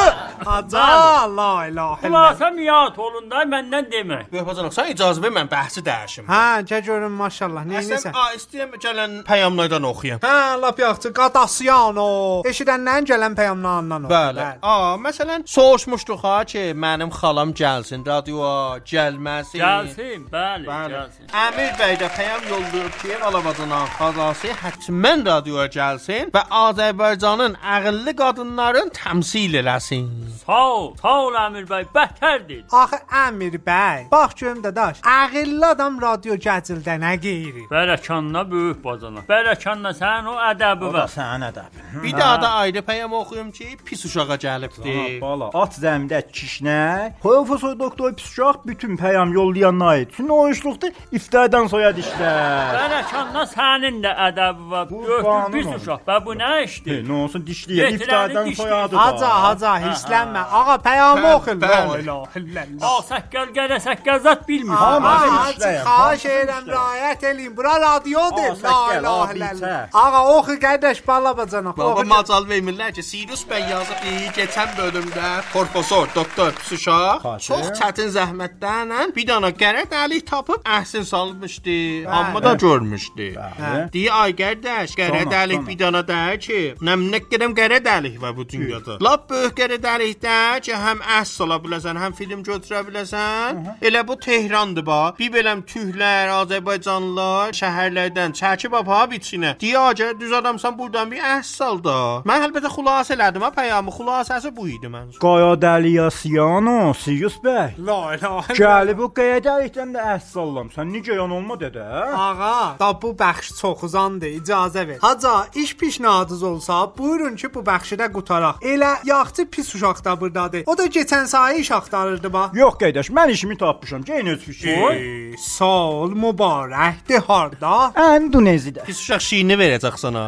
S3: Aca la ilahe illallah.
S6: Xülasə miat olun da məndən demə.
S2: Böyübacanaq, sən icazə ver mən bəhsi dəyişim.
S3: Hə, gəl görüm maşallah. Neynəsən?
S2: Əslən, a, istəyirəm gələn peyamlardan oxuyum.
S3: Hə, lap yaxşı. Qadasyan o. Eşidəndən gələn peyamlarından o.
S2: Bəli. A, məsələn, soruşmuşduq ha ki, mənim xalam gəlsin radioya, gəlməsin.
S6: Gəlsin, bəli,
S2: Bəli.
S6: gəlsin.
S2: Əmir bəy də peyam yollayıb ki, Alabadana xazası hətmən radioya gəlsin və Azərbaycanın ağıllı qadınların təmsil eləsin.
S6: Sağ ol, sağ ol Əmir bəy, bətərdir.
S3: Axı Əmir bəy, bax görüm dadaş, ağıllı adam radio gəcildə nə qeyrir?
S6: Bərəkanla böyük bacana. Bərəkanla sənin o ədəbi var.
S8: Sənə də.
S2: Bir daha da ayrı peyam oxuyum ki, pis uşağa gəlibdi.
S8: Bala, at zəmdə kişnə, professor doktor psixolog bütün pəyam yollayanına aid. Çünki o işluqda iftardan soya dişlər.
S6: Bərəkanla sənin də ədəbi var.
S8: Bu
S6: Dörtün
S8: qanun
S6: pis
S8: oldu.
S6: uşaq. Və bu nə işdir?
S8: Nə olsun dişliyə
S6: Veterani
S8: iftardan
S6: dişli.
S8: soyadı. da.
S3: Haca, haca, hislənmə. Ağa peyamı oxun. La ilahe illallah.
S6: Al səkkəl gələ səkkəl zat bilmir.
S8: Aha.
S3: Amma
S8: Hamı
S3: hacı
S8: işləyəm,
S3: xahiş
S8: hamı
S3: edirəm
S8: işləyəm.
S3: rayət eləyin. Bura radiodur.
S8: Aa,
S3: La
S8: səkkər,
S3: ilahe
S8: aa,
S3: illallah.
S8: bitə.
S3: Ağa oxu qardaş bala bacanaq.
S2: Baba
S3: oxu.
S2: macal vermirlər ki, Sirius bəy yazıb ki, keçən bölümdə professor doktor Suşaq çox çətin zəhmətlərlə bir dana qərət əlik tapıb əhsin salmışdı, amma da görmüşdü. Hə, Deyə ay qardaş, qərət
S8: Sonra,
S2: əlik
S8: sonra.
S2: bir dana dəyər ki, nəmnə gedəm qərət əlik var bu dünyada. Lap böyük qərət əlikdə ki, həm əhs sala biləsən, həm film götürə biləsən. Elə bu Tehrandır ba. Bir beləm tühlər, Azərbaycanlılar şəhərlərdən çəkib apab içinə. Deyə ay qardaş, düz adamsan burdan bir əhs sal da. Mən əlbəttə xülasə elədim, ha, pəyamı xülasəsi bu idi məncə.
S8: Qaya Dəliyasiyano, Siyus bəy.
S3: La ilahe illallah.
S8: Gəli bu qəyədəlikdən də əhs sallam. Sən necə yan olma hə? dedə?
S3: Ağa, da bu bəxş çox uzandı, icazə ver. Haca, iş pişnadınız olsa, buyurun ki, bu bəxşi də qutaraq. Elə yaxçı pis uşaq da burdadır. O da keçən sayı iş axtarırdı bax.
S8: Yox qardaş, mən işimi tapmışam. Gəyin öz fikrin.
S3: Ey, Sağ ol, mübarəkdir harda?
S8: Endoneziyada.
S2: Pis uşaq şirini verəcək sənə.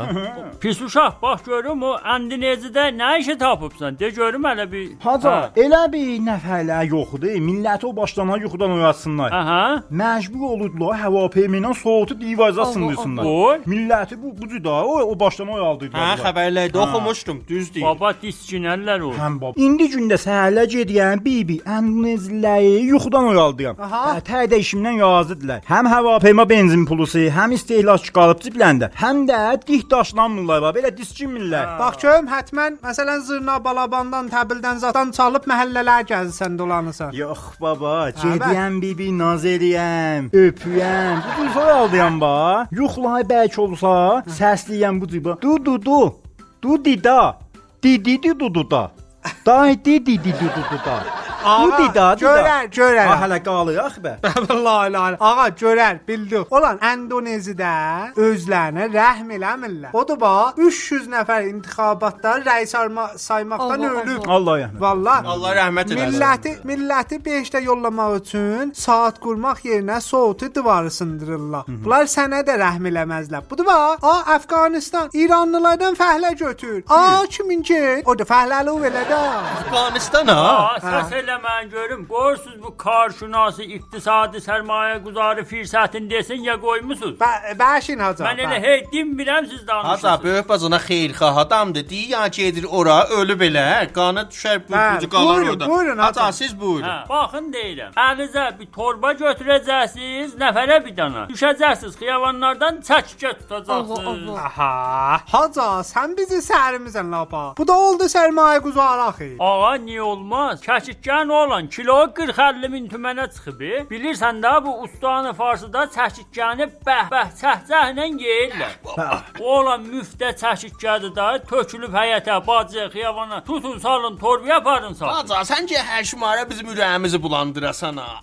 S6: Pis uşaq, bax görüm o Əndinəzidə nə işə tapıbsan? De görüm hələ bir.
S8: Haca, elə bir nəfərlər yoxdur, e, milləti o başlanan yuxudan oyatsınlar.
S6: Aha.
S8: Məcbur oldular həvapeyindən soğutu divaza sındırsınlar.
S6: Oy.
S8: Milləti bu bu cüda o, o başdan oyaldıydılar.
S2: Hə, xəbərlərdə oxumuşdum, düz deyir.
S6: Baba diskinəllər o.
S8: Həm bab. İndi gündə səhərlə gedirəm, bibi, əndonezləyi yuxudan oyaldıram. Təydə işimdən yazıdılar. Həm hava peyma benzin pulusu, həm istehlak qalıbçı biləndə, həm də dih daşlanmırlar, bax, belə diskinmirlər.
S3: Bax görüm, hətmən məsələn Zırna Balabandan, Təbildən zatan çalıb məhəllələr gəzsən, dolanırsan.
S8: Yox baba, gedirəm bibi naz eləyəm, öpürəm. Bu cür oyaldıram ba. Yuxlay bəlkə olsa, səsləyəm bu cür. ba. Hə. Du du du. دو دیدا دی دی دی دو دو دا دا دی دی دی دو دو دو دا
S3: Ağa,
S8: Bu dida
S3: görər,
S8: dida.
S3: görər.
S8: Ha hələ qalır axı bə.
S3: Vallahi la. Ağa görər, bildik. Olan Endoneziyada özlərinə rəhm eləmirlər. O da bax 300 nəfər intixabatda rəis arma- saymaqdan
S10: Allah,
S3: ölüb.
S10: Allah.
S8: Allah rəhmət.
S3: Vallahi
S1: Allah rəhmət eləsin.
S3: Milləti, milləti 5-də yollamaq üçün saat qurmaq yerinə soğutu divarı sındırırlar. Bunlar sənə də rəhm eləməzlər. Budur va, a Əfqanistan İranlılardan fəhlə götür. A kimin ki? O da fəhləli elə də.
S1: Afqanistana.
S6: Əsas elə mən görüm, qoyursunuz bu karşınası iqtisadi sərmayə quzarı firsatin desin ya qoymusunuz.
S3: Bə- Bəşin haca.
S6: Mən elə hey dinmirəm siz
S1: Hatta
S6: danışırsınız.
S1: böyük bacana xeyirxah adamdır. Deyir ya gedir ora, ölü belə, qanı düşər bu
S3: Hə,
S1: bucu qalar
S3: buyurun,
S1: orada.
S3: buyurun,
S1: Hatta
S3: ata.
S1: siz buyurun.
S6: Hə, baxın deyirəm. Əlinizə bir torba götürəcəksiniz, nəfərə bir dana. Düşəcəksiniz xiyabanlardan çəkikə
S10: Allah
S6: tutacaqsınız.
S10: Allah.
S3: Aha, haca, sən bizi sərimizən lapa. Bu da oldu sərmayə quzarı axı.
S6: Ağa niyə olmaz? Çəkikkən olan kilo 40-50 min tümənə çıxıb. e. Bilirsən də bu ustanı farsıda çəkikkəni bəh-bəh çəhcəh ilə yeyirlər. Oğlan müftə çəkikkədir də, tökülüb həyətə, bacıya, xiyabana. Tutun salın, torbaya aparın salın.
S1: Haca, səncə hər şumara bizim ürəyimizi Ah. bulandırasan ha.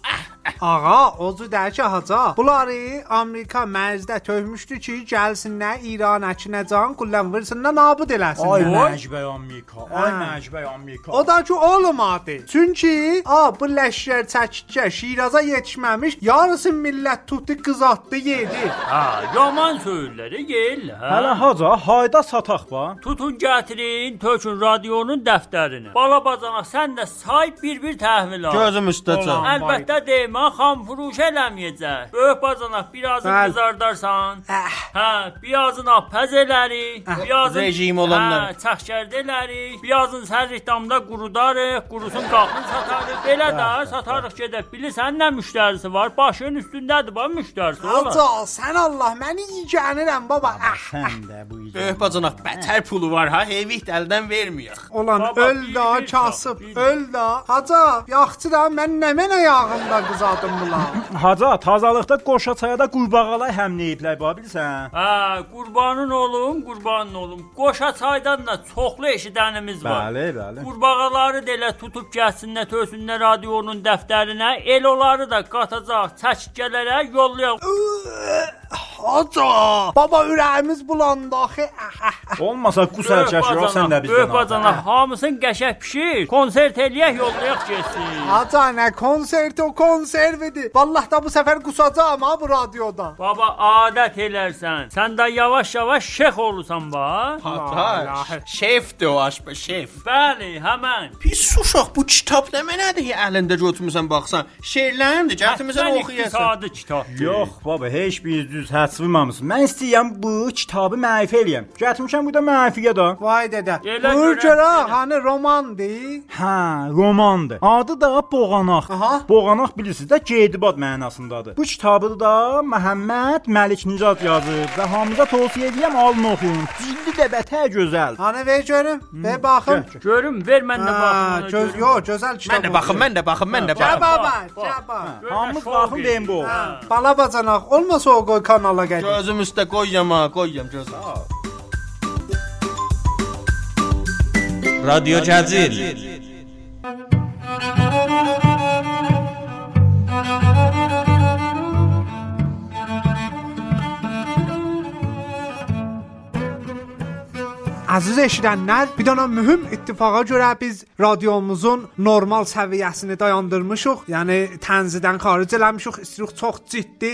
S3: Ağa, ozu der ki haca, bunları Amerika mərzdə tövmüşdü ki, gəlsinlər İran əkinəcan qullan vırsınlar nabud
S8: Ay
S3: eləsinlər.
S8: məcbəy Amerika. Ay
S3: Hə.
S8: məcbəy Amerika.
S3: O da ki olmadı. Çünki a bu leşler çəkicə Şiraza yetişməmiş, yarısı millət tutdu qızartdı yedi.
S6: Hə, yaman söylürlər, e, yeyirlər.
S8: Hələ haca hayda sataq va.
S6: Tutun gətirin, tökün radionun dəftərinə. Bala bacana sən də say bir-bir təhvil al.
S1: Gözüm üstə
S3: Olan.
S1: can.
S6: Əlbəttə deyim, ha, xamfuruş eləməyəcək. Böyük bacanaq birazını
S3: Bəli.
S6: qızardarsan.
S3: Əh.
S6: Hə, biyazına pəz elərik, biyazın
S1: rejim olanlar.
S6: Hə, çaxkərdə elərik, biyazın sərrik damda qurudarıq, qurusun qalxın satarıq. Belə də satarıq gedib. Bilirsən nə müştərisi var? Başının üstündədir bax müştərisi. ola.
S3: Haca, sən Allah məni yiyənirəm baba. Ah,
S8: Sən də bu
S1: Böyük bacana bətər pulu var ha, heyvik əldən verməyək.
S3: olan
S6: Baba,
S3: öl da
S6: bir-
S3: kasıb,
S6: bir-
S3: öl da. Haca, yaxçı da mən nə mənə yağında qızadım bunlar.
S8: Haca tazalıqda qoşaçaya da qurbağalar həml ediblər, bax bilirsən?
S6: Hə, qurbanın olum, qurbanın olum. Qoşa çaydan da çoxlu eşidənimiz var.
S8: Bəli, bəli.
S6: Qurbağaları da elə tutub gəlsinlər, tösünlər radionun dəftərinə, el onları da qatacaq, çəkikkələrə yollayaq.
S3: Haca, baba ürəyimiz bulandı axı. Ah, ah.
S8: Olmasa qusar çəkir, o sən də
S6: böyük
S8: bizdən. Hə.
S6: bacana hamısını qəşəng pişir, konsert eləyək, yollayaq getsin.
S3: Haca, nə konserti o konservidir. Vallah da bu səfər qusacağam ha bu radioda.
S6: Baba adət elərsən, sən də yavaş-yavaş şeyx olursan bax.
S8: Hə.
S1: Hatta şefdir o aşba şef.
S6: Bəli, həmən.
S1: Pis uşaq bu kitab nə mənədir ki, əlində götürmüsən baxsan. Şeirlərdir, gətirmisən
S6: Sən
S1: oxuyasan.
S6: iqtisadi kitabdır.
S8: Yox baba, heç bir düz həsvimamısın. Mən istəyirəm bu kitabı mərifə eləyəm. Gətirmişəm bu da mərifiyə də.
S3: Vay dedə.
S6: Elə
S3: Buyur
S6: görəm,
S3: görə,
S6: elə.
S3: hani romandır.
S8: Hə, romandır. Adı da Boğanaq.
S3: Aha.
S8: Boğanaq bilirsiniz də qeydibat mənasındadır. Bu kitabı da Məhəmməd Məlik Nicat yazıb və hamıza tövsiyə edirəm alın oxuyun. Cildi də bətər gözəl.
S3: Hani ver görüm, ver baxım.
S8: Hmm, Gör, gör.
S6: Görüm, ver mən də
S8: Hə,
S3: Ha,
S6: baxım.
S3: göz yo, gözəl kitab.
S1: Mən də baxım, mən də baxım, mən də baxım.
S3: Gəl baba,
S6: Bax,
S3: gəl
S6: bax.
S3: baba.
S6: Görmə,
S8: Hamımız
S6: şov
S8: baxın
S6: gedir.
S8: deyim bu.
S6: Hə.
S3: Bala bacanaq, olmasa o qoy kanala gəlir.
S1: Gözüm üstə qoyacam ha, qoyacam gözüm.
S11: رادیو جزیل
S3: Əziz eşidənlər, bir dənə mühüm ittifaqa görə biz radiomuzun normal səviyyəsini dayandırmışıq. Yəni tənzidən xaric eləmişik. İstiruq çox ciddi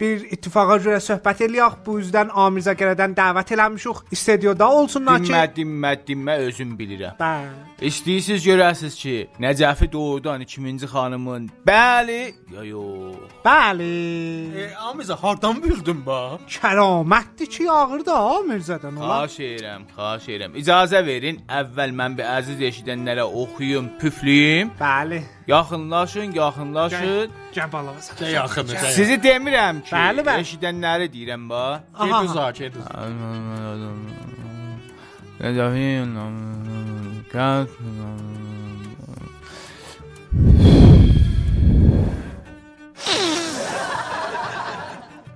S3: bir ittifaqa görə söhbət eləyək. Bu üzdən Amir Zəqərədən dəvət eləmişik. İstediyoda olsunlar ki,
S11: Dinmə, dinmə, dinmə özüm bilirəm.
S3: bəli.
S11: İstəyirsiniz görəsiz ki, Nəcəfi doğrudan 2-ci xanımın بله. bəli, ya yox.
S3: Bəli.
S1: E, Amizə hardan bildin bax?
S3: Kəramətdir ki, ağır da Amirzədən ola.
S11: Xahiş edirəm, xahiş edirəm. İcazə verin, əvvəl mən bir əziz eşidənlərə oxuyum, püflüyüm.
S3: Bəli.
S11: Yaxınlaşın, yaxınlaşın.
S3: Gəl balavasan.
S1: Nə yaxını sən.
S11: Sizi demirəm ki,
S3: Bəli, bəli.
S11: eşidənləri deyirəm bax.
S3: Aha.
S1: Sakit.
S11: Nəcəfin qat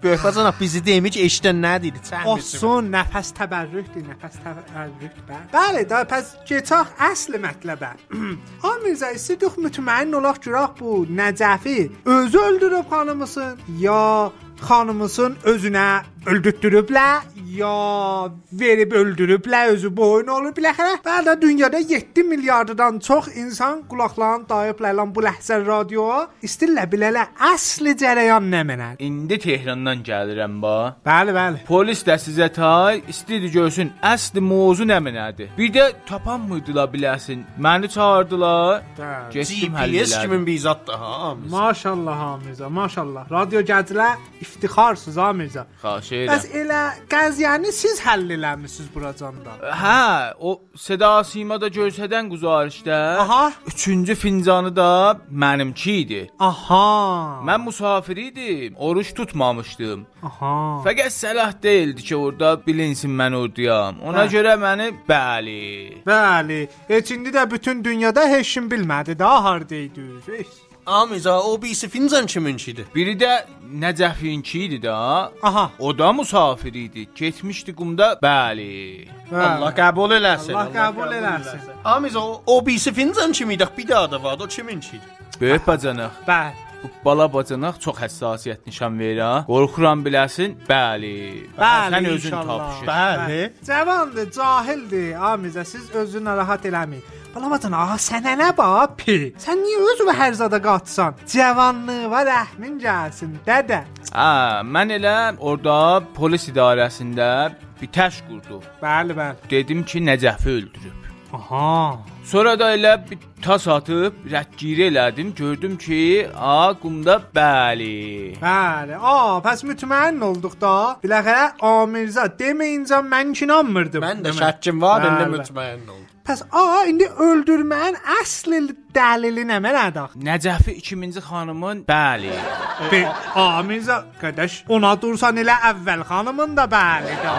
S2: Böhbaz ana ah, bizi demiş eşdən nə deyir?
S3: Oh, Olsun, nəfəs təbərrühdür, nəfəs təbərrühdür. bə- Bəli, da pəs keçək əsl mətləbə. A Mirzə, istidik mütməyin olaq görək bu Nəcəfi özü öldürüb xanımısın ya xanımısın özünə öldürtdürüblə ya verib öldürüblə özü boyun olub biləxərə. Bəli, dünyada 7 milyarddan çox insan qulaqlarını dayıblə lan bu ləhzə radioya istillə bilələ əsl cərəyan nə mənədir.
S8: İndi Tehrandan gəlirəm ba.
S3: Bəli, bəli.
S8: Polis də sizə tay istəyirdi görsün əsl mövzu nə mənədir. Bir də tapan mıydılar biləsin. Məni çağırdılar. Getdim həll
S2: GPS
S8: elədim.
S2: kimi bizaddır ha.
S3: Maşallah ha Mirzə, maşallah. Radio gənclə iftixarsınız ha Mirzə.
S8: Xahiş
S3: Bəs
S8: edirəm.
S3: elə qəziyyəni siz həll eləmisiniz buracanda.
S8: Hə, o Seda Sima da görsədən quzarışdə.
S3: Aha,
S8: Üçüncü fincanı da mənimki idi.
S3: aha.
S8: Mən musafir idim, oruç tutmamışdım.
S3: Aha.
S8: Fəqət səlah deyildi ki, orada bilinsin mən orduyam. Ona
S3: Hə.
S8: görə məni bəli.
S3: Bəli, heç indi də bütün dünyada heç kim bilmədi daha hardaydınız.
S2: Amiza o birisi fincan kiminçidir?
S8: Biri də Nəcəfinki idi də.
S3: Aha.
S8: O da musafir idi. Getmişdi qumda. Bəli.
S3: Bəli.
S2: Allah qəbul eləsin.
S3: Allah qəbul eləsin.
S2: Amiza o, o birisi fincan kimidir. Bir daha da var, o kiminçidir?
S8: Böyük bacanaq.
S3: Bəli.
S8: Bu bala bacanaq çox həssasiyyət nişan verir ha. Qorxuram biləsin. Bəli.
S3: Bəli,
S8: Sən özün
S3: inşallah.
S8: tapışır.
S2: Bəli.
S3: Cavandır, cahildir. Amizə siz özünü narahat eləməyin. Balamacan, aha sənə nə bab? Pi. Sən niyə özünü hər zada qatsan? Cavanlığı var, rəhmin gəlsin, dədə.
S8: Hə, mən elə orada polis idarəsində bir təş qurdum.
S3: Bəli, bəli.
S8: Dedim ki, Nəcəfi öldürüb.
S3: Aha.
S8: Sonra da elə bir tas atıb rəqqiri elədim. Gördüm ki, a qumda bəli.
S3: Bəli. A, pəs mütməyin olduq da. Biləxərə Amirzə deməyincə mən inanmırdım.
S2: Mən də şəkkim var, indi
S3: Bəli.
S2: mütməyin oldum.
S3: Pəs a, indi öldürməyin əsl dəlili nə mənədir?
S8: Nəcəfi 2000-ci xanımın bəli.
S3: Be, Amirzə, qardaş, ona dursan elə əvvəl xanımın da bəli. də.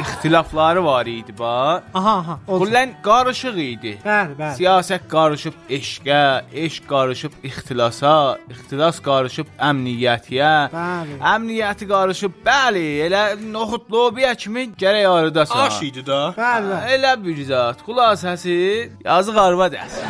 S8: İxtilafları var idi ba.
S3: Aha, aha. oldu.
S8: Bunlar qarışıq idi.
S3: Bəli, bəli.
S8: Siyasət qarışıb eşqə, eşq qarışıb ixtilasa, ixtilas qarışıb əmniyyətiyə,
S3: Bəli.
S8: əmniyyəti qarışıb bəli, elə noxud lobiya kimi gərək arıdasan.
S2: Aş idi də.
S3: Bəli, bəli.
S8: Elə bir zat, xulasəsi yazıq arvad əsli.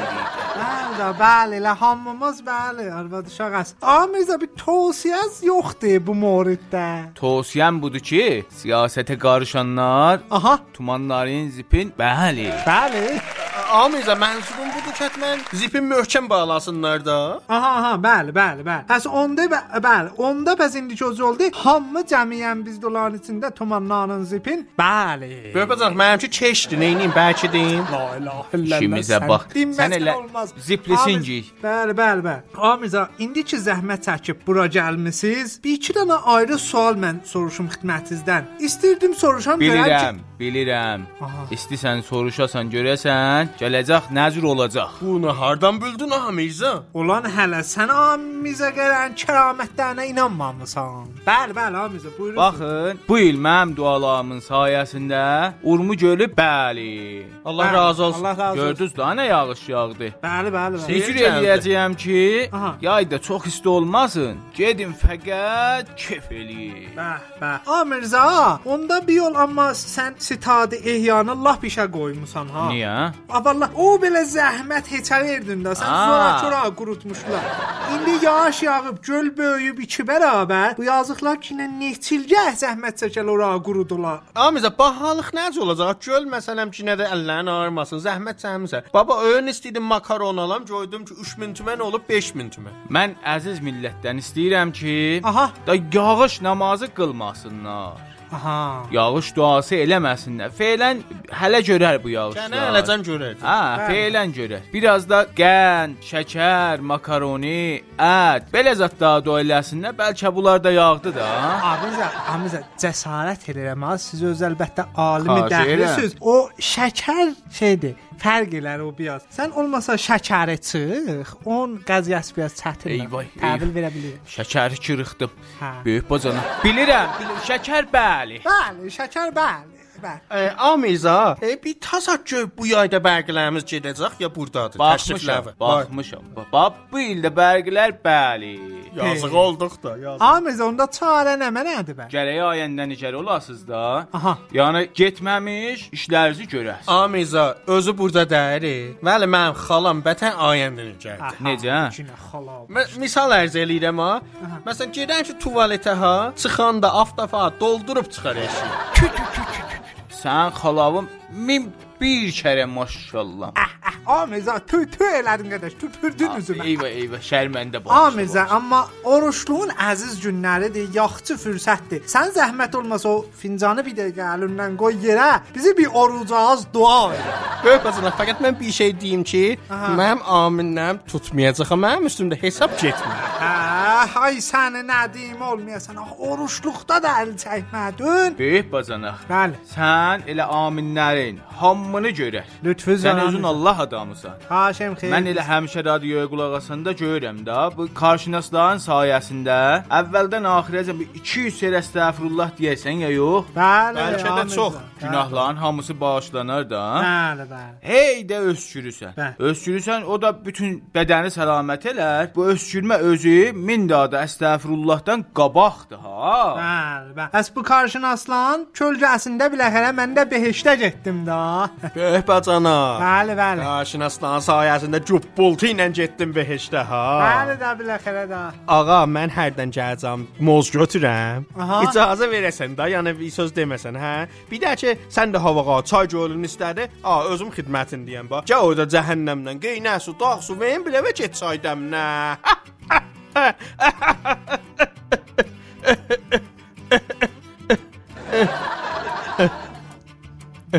S3: Bəli, bəli, elə hamımız bəli, arvad uşaq əs. Amirzə bir tövsiyəz yoxdur bu moriddə.
S8: Tövsiyəm budur ki, siyasətə qarışanlar
S3: Aha,
S8: tumanların zipin bəli.
S3: bəli.
S2: Amiza mənsubum budur kətmən. Zipin möhkəm bağlasınlar da.
S3: Aha, aha, bəli, bəli, bəli. Həs onda bə- bəli, onda bəs indi göz oldu. Hamı cəmiyyən biz doların içində tomannanın zipin. Bəli.
S2: Böhbacan mənimki keşdir, neyniyim, bəlkə deyim.
S3: La ilahe illallah.
S8: İşimizə
S3: sən
S8: bax.
S3: dinməsən
S8: Sən elə
S3: olmaz.
S8: ziplisin
S3: Amiz-
S8: ki.
S3: Bəli, bəli, bəli. Amiza, indi ki zəhmət çəkib bura gəlmisiniz, bir iki dənə ayrı sual mən soruşum xidmətinizdən. İstirdim soruşam görək ki-
S8: Bilirəm, bilirəm.
S3: Aha.
S8: İstisən soruşasan, görəsən, gələcək nəcür olacaq.
S2: Bunu hardan bildin Amiza?
S3: Ulan hələ sən Amizə gələn kəramətlərinə inanmamısan. Bəli, bəli Amizə, buyurun.
S8: Baxın, bu il mənim dualarımın sayəsində Urmu gölü bəli.
S2: Allah razı olsun.
S3: Allah razı olsun.
S8: Gördünüz də nə yağış yağdı.
S3: Bəli, bəli, bəli.
S8: Necür eləyəcəyəm ki,
S3: Aha.
S8: yayda çox isti olmasın. Gedin fəqət kef eləyin.
S3: Bəh, bəh. Amirza, onda bir yol amma sən sitadı ehyanı lap işə qoymusan ha.
S8: Niyə?
S3: Avalla o belə zəhmət heçə verdin də. Sən
S8: Aa.
S3: zora-zora qurutmuşlar. İndi yağış yağıb, göl böyüyüb iki bərabər. Bu yazıqlar ki, nə neçilgə zəhmət çəkəl ora qurudular.
S2: Amiza bahalıq necə olacaq? Göl məsələn ki, nə də əllərin ağrımasın, zəhmət çəkmisən. Baba öyün istədim makaron alam, gördüm ki 3000 tümən olub 5000 tümən.
S8: Mən əziz millətdən istəyirəm ki,
S3: Aha,
S8: da yağış namazı qılmasınlar.
S3: aha.
S8: Yağış duası eləməsinlər. Feilən hələ görər bu yağışlar.
S2: Sənə eləcəm görək.
S8: Hə, feilən görər. Biraz da qənd, şəkər, makaroni, ət, belə zətlər da eləsinlər. Bəlkə bunlar da yağdı da.
S3: Abinizə, abinizə cəsarət eləməz. Siz öz əlbəttə alimi
S8: Xahiş
S3: dəhlisiz. O şəkər şeydir. Fərq elər o biraz. Sən olmasa şəkəri çıx, on qəziyyəsi biraz çətindir.
S8: Eyvay,
S3: Təhvil
S8: eyvay.
S3: verə bilir.
S8: Şəkəri kırıxdım.
S3: Hə.
S8: Böyük bacana. Bilirəm, bilir, şəkər bəli.
S3: Bəli, şəkər bəli. Bəli.
S2: E, Amiza, e, bir tasak gör bu yayda bərqlərimiz gedəcək ya burdadır.
S8: Baxmışam,
S2: Bax.
S8: baxmışam. Bax, bu ildə bərglər bəli.
S2: Yazıq olduq da, yazıq.
S3: Amiz onda çarə nə mənədir bə?
S5: Gərək ayəndən icəri olasız da.
S3: Aha.
S5: Yəni getməmiş işlərinizi görəsiz.
S2: Amiza özü burada dəyəri. Bəli, mənim xalam bətən ayəmdən
S3: Ah,
S2: gəldi.
S5: Necə?
S3: Kinə Hə, xala.
S2: Mən misal ərz eləyirəm ha. Məsələn, gedən ki tualetə ha, çıxanda aftafa doldurub çıxar eşiyi.
S5: Sən xalavım min bir kərə maşallah.
S3: Amizə tüy tüy elədin qardaş, tüpürdün üzümə.
S5: Eyvə eyvə şərməndə
S3: Ah.
S5: bax.
S3: Amizə, amma oruçluğun əziz günləridir, yaxşı fürsətdir. Sən zəhmət olmasa o fincanı bir dəqiqə əlindən qoy yerə. Bizi bir orucağız dua et.
S2: Böyük bacılar, fəqət mən bir şey deyim ki, mənim aminləm tutmayacaq, mənim üstümdə hesab getmir.
S3: Hə, ay səni nə deyim olmayasan. Axı oruçluqda da əl çəkmədin.
S5: Böyük bacanaq.
S3: Bəli.
S5: Sən elə aminlərin hamını görər.
S3: Lütfü
S5: Sən
S3: zənanı-
S5: özün Allah adamısan.
S3: Haşim xeyr.
S5: Mən elə hə- həmişə radioya qulaq asanda görürəm də, bu qarşınasların sayəsində əvvəldən axirəcə bir 200 sər əstəğfirullah deyəsən ya yox,
S3: Bəli.
S2: Bəlkə də
S3: Amizə.
S2: çox
S5: günahların hamısı bağışlanar da.
S3: Bəli, Hə, bəli. Hə.
S5: Hey də öskürürsən.
S3: Bəli.
S5: Öskürürsən, o da bütün bədəni səlamət elər. Bu öskürmə özü min dağda əstəğfirullahdan qabaqdır ha.
S3: Bəli, Hə, bəli. Əs bu qarşın aslan kölgəsində bilə hələ mən də behiştə getdim da.
S2: Böyük bacana.
S3: Bəli, bəli.
S2: Qarşınaslan sayəsində cübbultu ilə getdim behiştə ha.
S3: Bəli də bilə xərə də.
S2: Ağa, mən hərdən gələcəm, moz götürəm.
S3: Aha.
S2: İcazə verəsən də, yəni bir söz deməsən, hə? Bir də ki, sən də havağa çay gölünün istədi. A, özüm xidmətindəyəm bax. Gəl orada cəhənnəmdən qeynə su, dağ su, vəyin biləvə get çaydəmnə.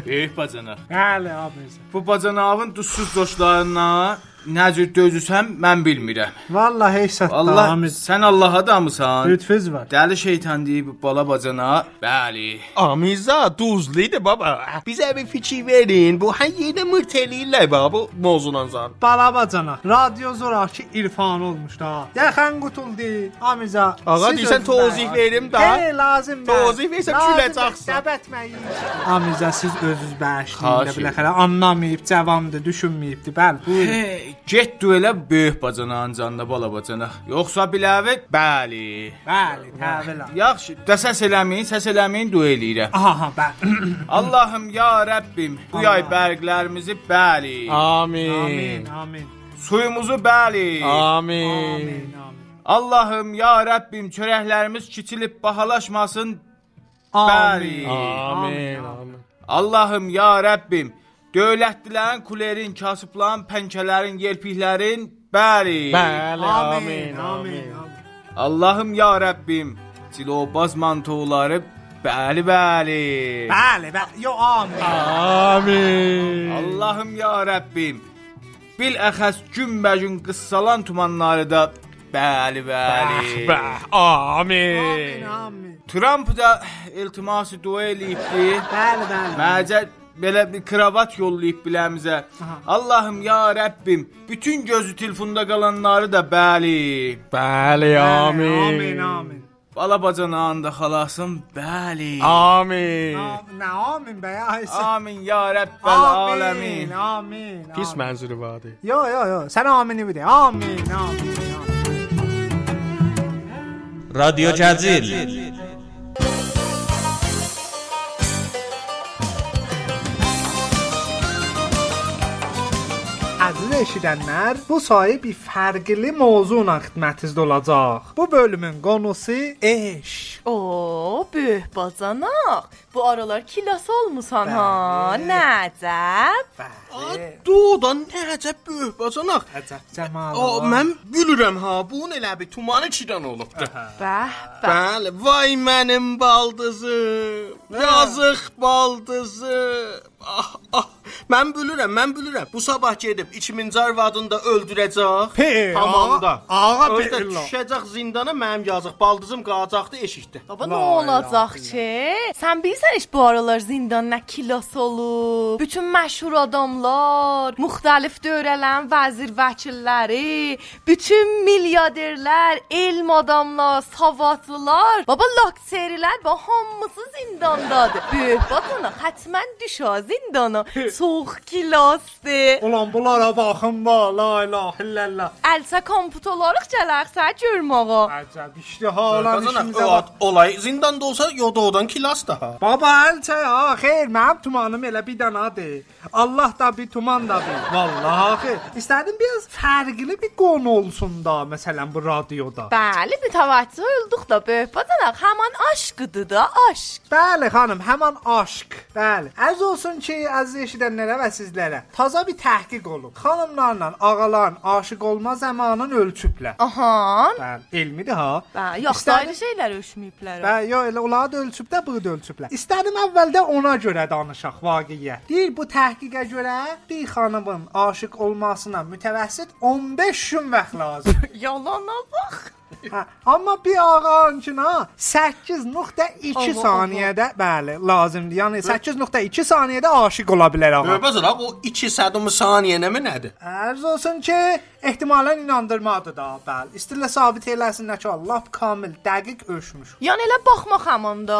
S5: Böyük bacanaq.
S3: Bəli, abimiz.
S5: Bu bacanağın duzsuz dostlarına nə cür dözüsəm mən bilmirəm.
S3: Vallahi heç sətdə
S5: Allah
S3: abimiz.
S5: sən Allah adamısan.
S3: Lütfüz var.
S5: Dəli şeytan deyib bu bala bacana. Bəli.
S2: Amiza, duzlidir baba. Bizə bir fikir verin. Bu hər yerdə mırt eləyirlər bax bu mozundan zar.
S3: Balabacana, radyo zorakı İrfan olmuş da. Yaxan qutuldu, Amiza.
S2: Ağa,
S3: siz
S2: deyirsən
S3: özünə-
S2: tozih verim da.
S3: Hey, lazım mən.
S2: Tozih versən
S3: Lazım
S2: küləcəksən.
S3: mən, Dəbətməyin. Amiza, siz özünüz bağışlayın da
S5: Xahiş
S3: bilə xələ anlamayıb, cavandı, düşünməyibdi. Bəli, buyurun.
S5: Hey, Get du elə böyük bacanağın canına bala bacanaq. Yoxsa biləvət bəli.
S3: Bəli, təvəla.
S5: Yaxşı, də səs eləməyin, səs eləməyin du eləyirəm.
S3: Aha, ha, bəli.
S5: Allahım ya Rəbbim, bu yay bərqlərimizi bəli,
S3: Amin,
S2: Amin.
S3: amin.
S5: suyumuzu bəli.
S3: Amin,
S2: Amin.
S3: amin.
S5: Allahım ya Rəbbim, çörəklərimiz kiçilib bahalaşmasın bəli.
S3: Amin.
S2: Amin.
S5: Allahım ya Rəbbim, dövlətlilərin, kulerin, kasıbların, pənkələrin, yelpiklərin bəri.
S2: Bəli,
S3: Amin, amin.
S5: Allahım ya Rəbbim, cilobaz mantoları bəli bəli.
S3: Bəli, bəli. Yo, amin.
S2: Amin.
S5: Allahım ya Rəbbim, bil əxəs günbəgün qıssalan tumanları da bəli bəli.
S2: Bəh, amin.
S3: Amin, amin.
S5: Trump da iltiması dua eləyibdi.
S3: Bəli, bəli.
S5: Məcəd belə bir kravat yollayıb biləmizə. Allahım ya Rəbbim, bütün gözü telefonda qalanları da bəli.
S2: Bəli, amin.
S3: Amin, amin.
S5: Bala bacanağın da xalasın bəli.
S2: Amin.
S3: Nə amin bə ya? Ay, sən-
S5: Amin ya Rəbbel aləmin.
S3: Amin, amin.
S2: Pis
S3: amin.
S2: mənzuru vardı.
S3: Yo, yo, yo. Sən amini bir de. Amin, amin. amin.
S12: رادیو جزیل
S3: Əziz eşidənlər, bu sayı bir fərqli mövzuna xidmətinizdə olacaq. Bu bölümün qonusu eşq.
S13: Oo, böyük bacanaq. Bu aralar kilas olmusan ha. Nəcəb.
S2: Doğudan nə əcəb böyük bacanaq.
S3: Əcəb cəmal.
S2: O, mən bilirəm ha, bunun elə bir tumanı çidan olubdu.
S13: Bəh, bəh.
S2: Bəli, vay mənim baldızım. Yazıq baldızım. Ah, ah. Mən bilirəm, mən bilirəm. Bu sabah gedib 2000-ci arvadında öldürəcək.
S3: Hey,
S2: Hamamda.
S3: ağa- ağa
S2: Özü də
S3: billah.
S2: düşəcək zindana mənim yazıq baldızım qalacaqdı eşikdə.
S13: Baba nə olacaq ki? Sən bilirsən heç bu aralar zindan nə kilas olub. Bütün məşhur adamlar, müxtəlif dövrələrin vəzir vəkilləri, bütün milyarderlər, elm adamlar, savadlılar, baba lakserilər və hamısı zindandadır. Böyük bacanaq hətmən düşə zindana. Soğuk kilasdır.
S3: Ulan bunlara baxın ba, la ilahe illallah.
S13: Əlsə komput olaraq gələrsə görməyə.
S3: Əcəb, işdə ha, olan işimizə bax.
S2: Ola- Olay zindanda olsa yo doğudan kilas daha.
S3: Baba əlçə ha, ah, xeyr, mənim tumanım elə bir danadır. Allah da bir tuman da bir. Vallahi xeyr. İstədim biraz fərqli bir qonu olsun da, məsələn bu radioda.
S13: Bəli, mütəvəccüh olduq da böyük bacanaq həmin aşqıdır da, aşq.
S3: Bəli xanım, həmin aşk. Bəli. Əz olsun ki, əziz eşidənlərə və sizlərə taza bir təhqiq olub. Xanımlarla ağaların aşiq olma zamanını ölçüblər.
S13: Aha.
S3: Bəli, elmidir ha.
S13: Bə, yox,
S3: İstədim-
S13: ayrı şeylər ölçməyiblər.
S3: Bə, Hə, yo, elə onları da ölçüb də, bunu da ölçüblər. İstədim əvvəldə ona görə danışaq vaqiət. Deyir bu təhqiqə görə bir xanımın aşiq olmasına mütəvəssit 15 gün vaxt lazım.
S13: Yalana bax.
S3: Hə, amma bir ağancına 8.2
S13: Allah
S3: saniyədə, bəli, lazımdır. Yəni 8.2 saniyədə aşiq ola bilər ağa.
S2: Böyük bacanaq o 2 sədum saniyə nə mənadır?
S3: Ərz olsun ki, ehtimalən inandırmadı da, bəli. İstillə sabit eləsinlər ki, Allah kamil, dəqiq ölçmüş.
S13: Yəni elə baxmaq həmanda.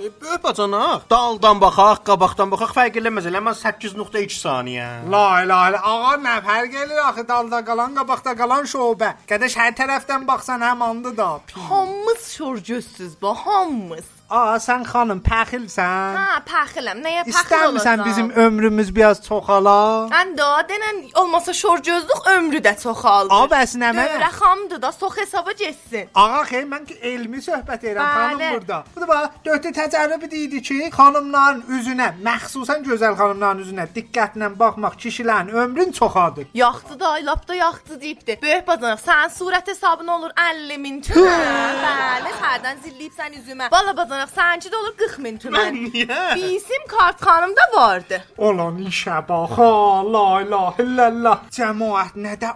S2: E, Böyük bacanaq, daldan baxaq, qabaqdan baxaq fərq eləməz. Elə mən 8.2 saniyə.
S3: La ilahe illə- ağa nə fərq elir axı dalda qalan qabaqda qalan şöbə. Qədəş hər tərəfdən baxsan həmandı da. Pi-
S13: Hamımız şorgözsüz bu, hamımız.
S3: Aa, sən xanım pəxilsən.
S13: Hə, paxılam, nəyə paxıl olacaq?
S3: İstəmirsən bizim ömrümüz biraz çoxala?
S13: Əndə denən olmasa şorgözlük ömrü də çoxaldı.
S3: Ağa, bəs nə mənə?
S13: Dövrə xamdı da, sox hesaba getsin.
S3: Ağa xeyr, mən ki elmi söhbət edirəm
S13: Bəli.
S3: xanım burada. Bu da bax, dörddə təcrübə deyildi ki, xanımların üzünə, məxsusən gözəl xanımların üzünə diqqətlə baxmaq kişilərin ömrün çoxadır.
S13: Yaxdı da, lap da yaxdı deyibdi. Böyük bacanaq, sənin surət hesabın olur 50 min tümən. Bəli, hərdən zilliyibsən üzümə. Bala bacanaq, səninki də olur 40 min tümən.
S2: Niyə?
S13: Bizim kartxanımda vardı.
S3: Olan işə bax, ha, la ilahe illallah. Cəmaət nədə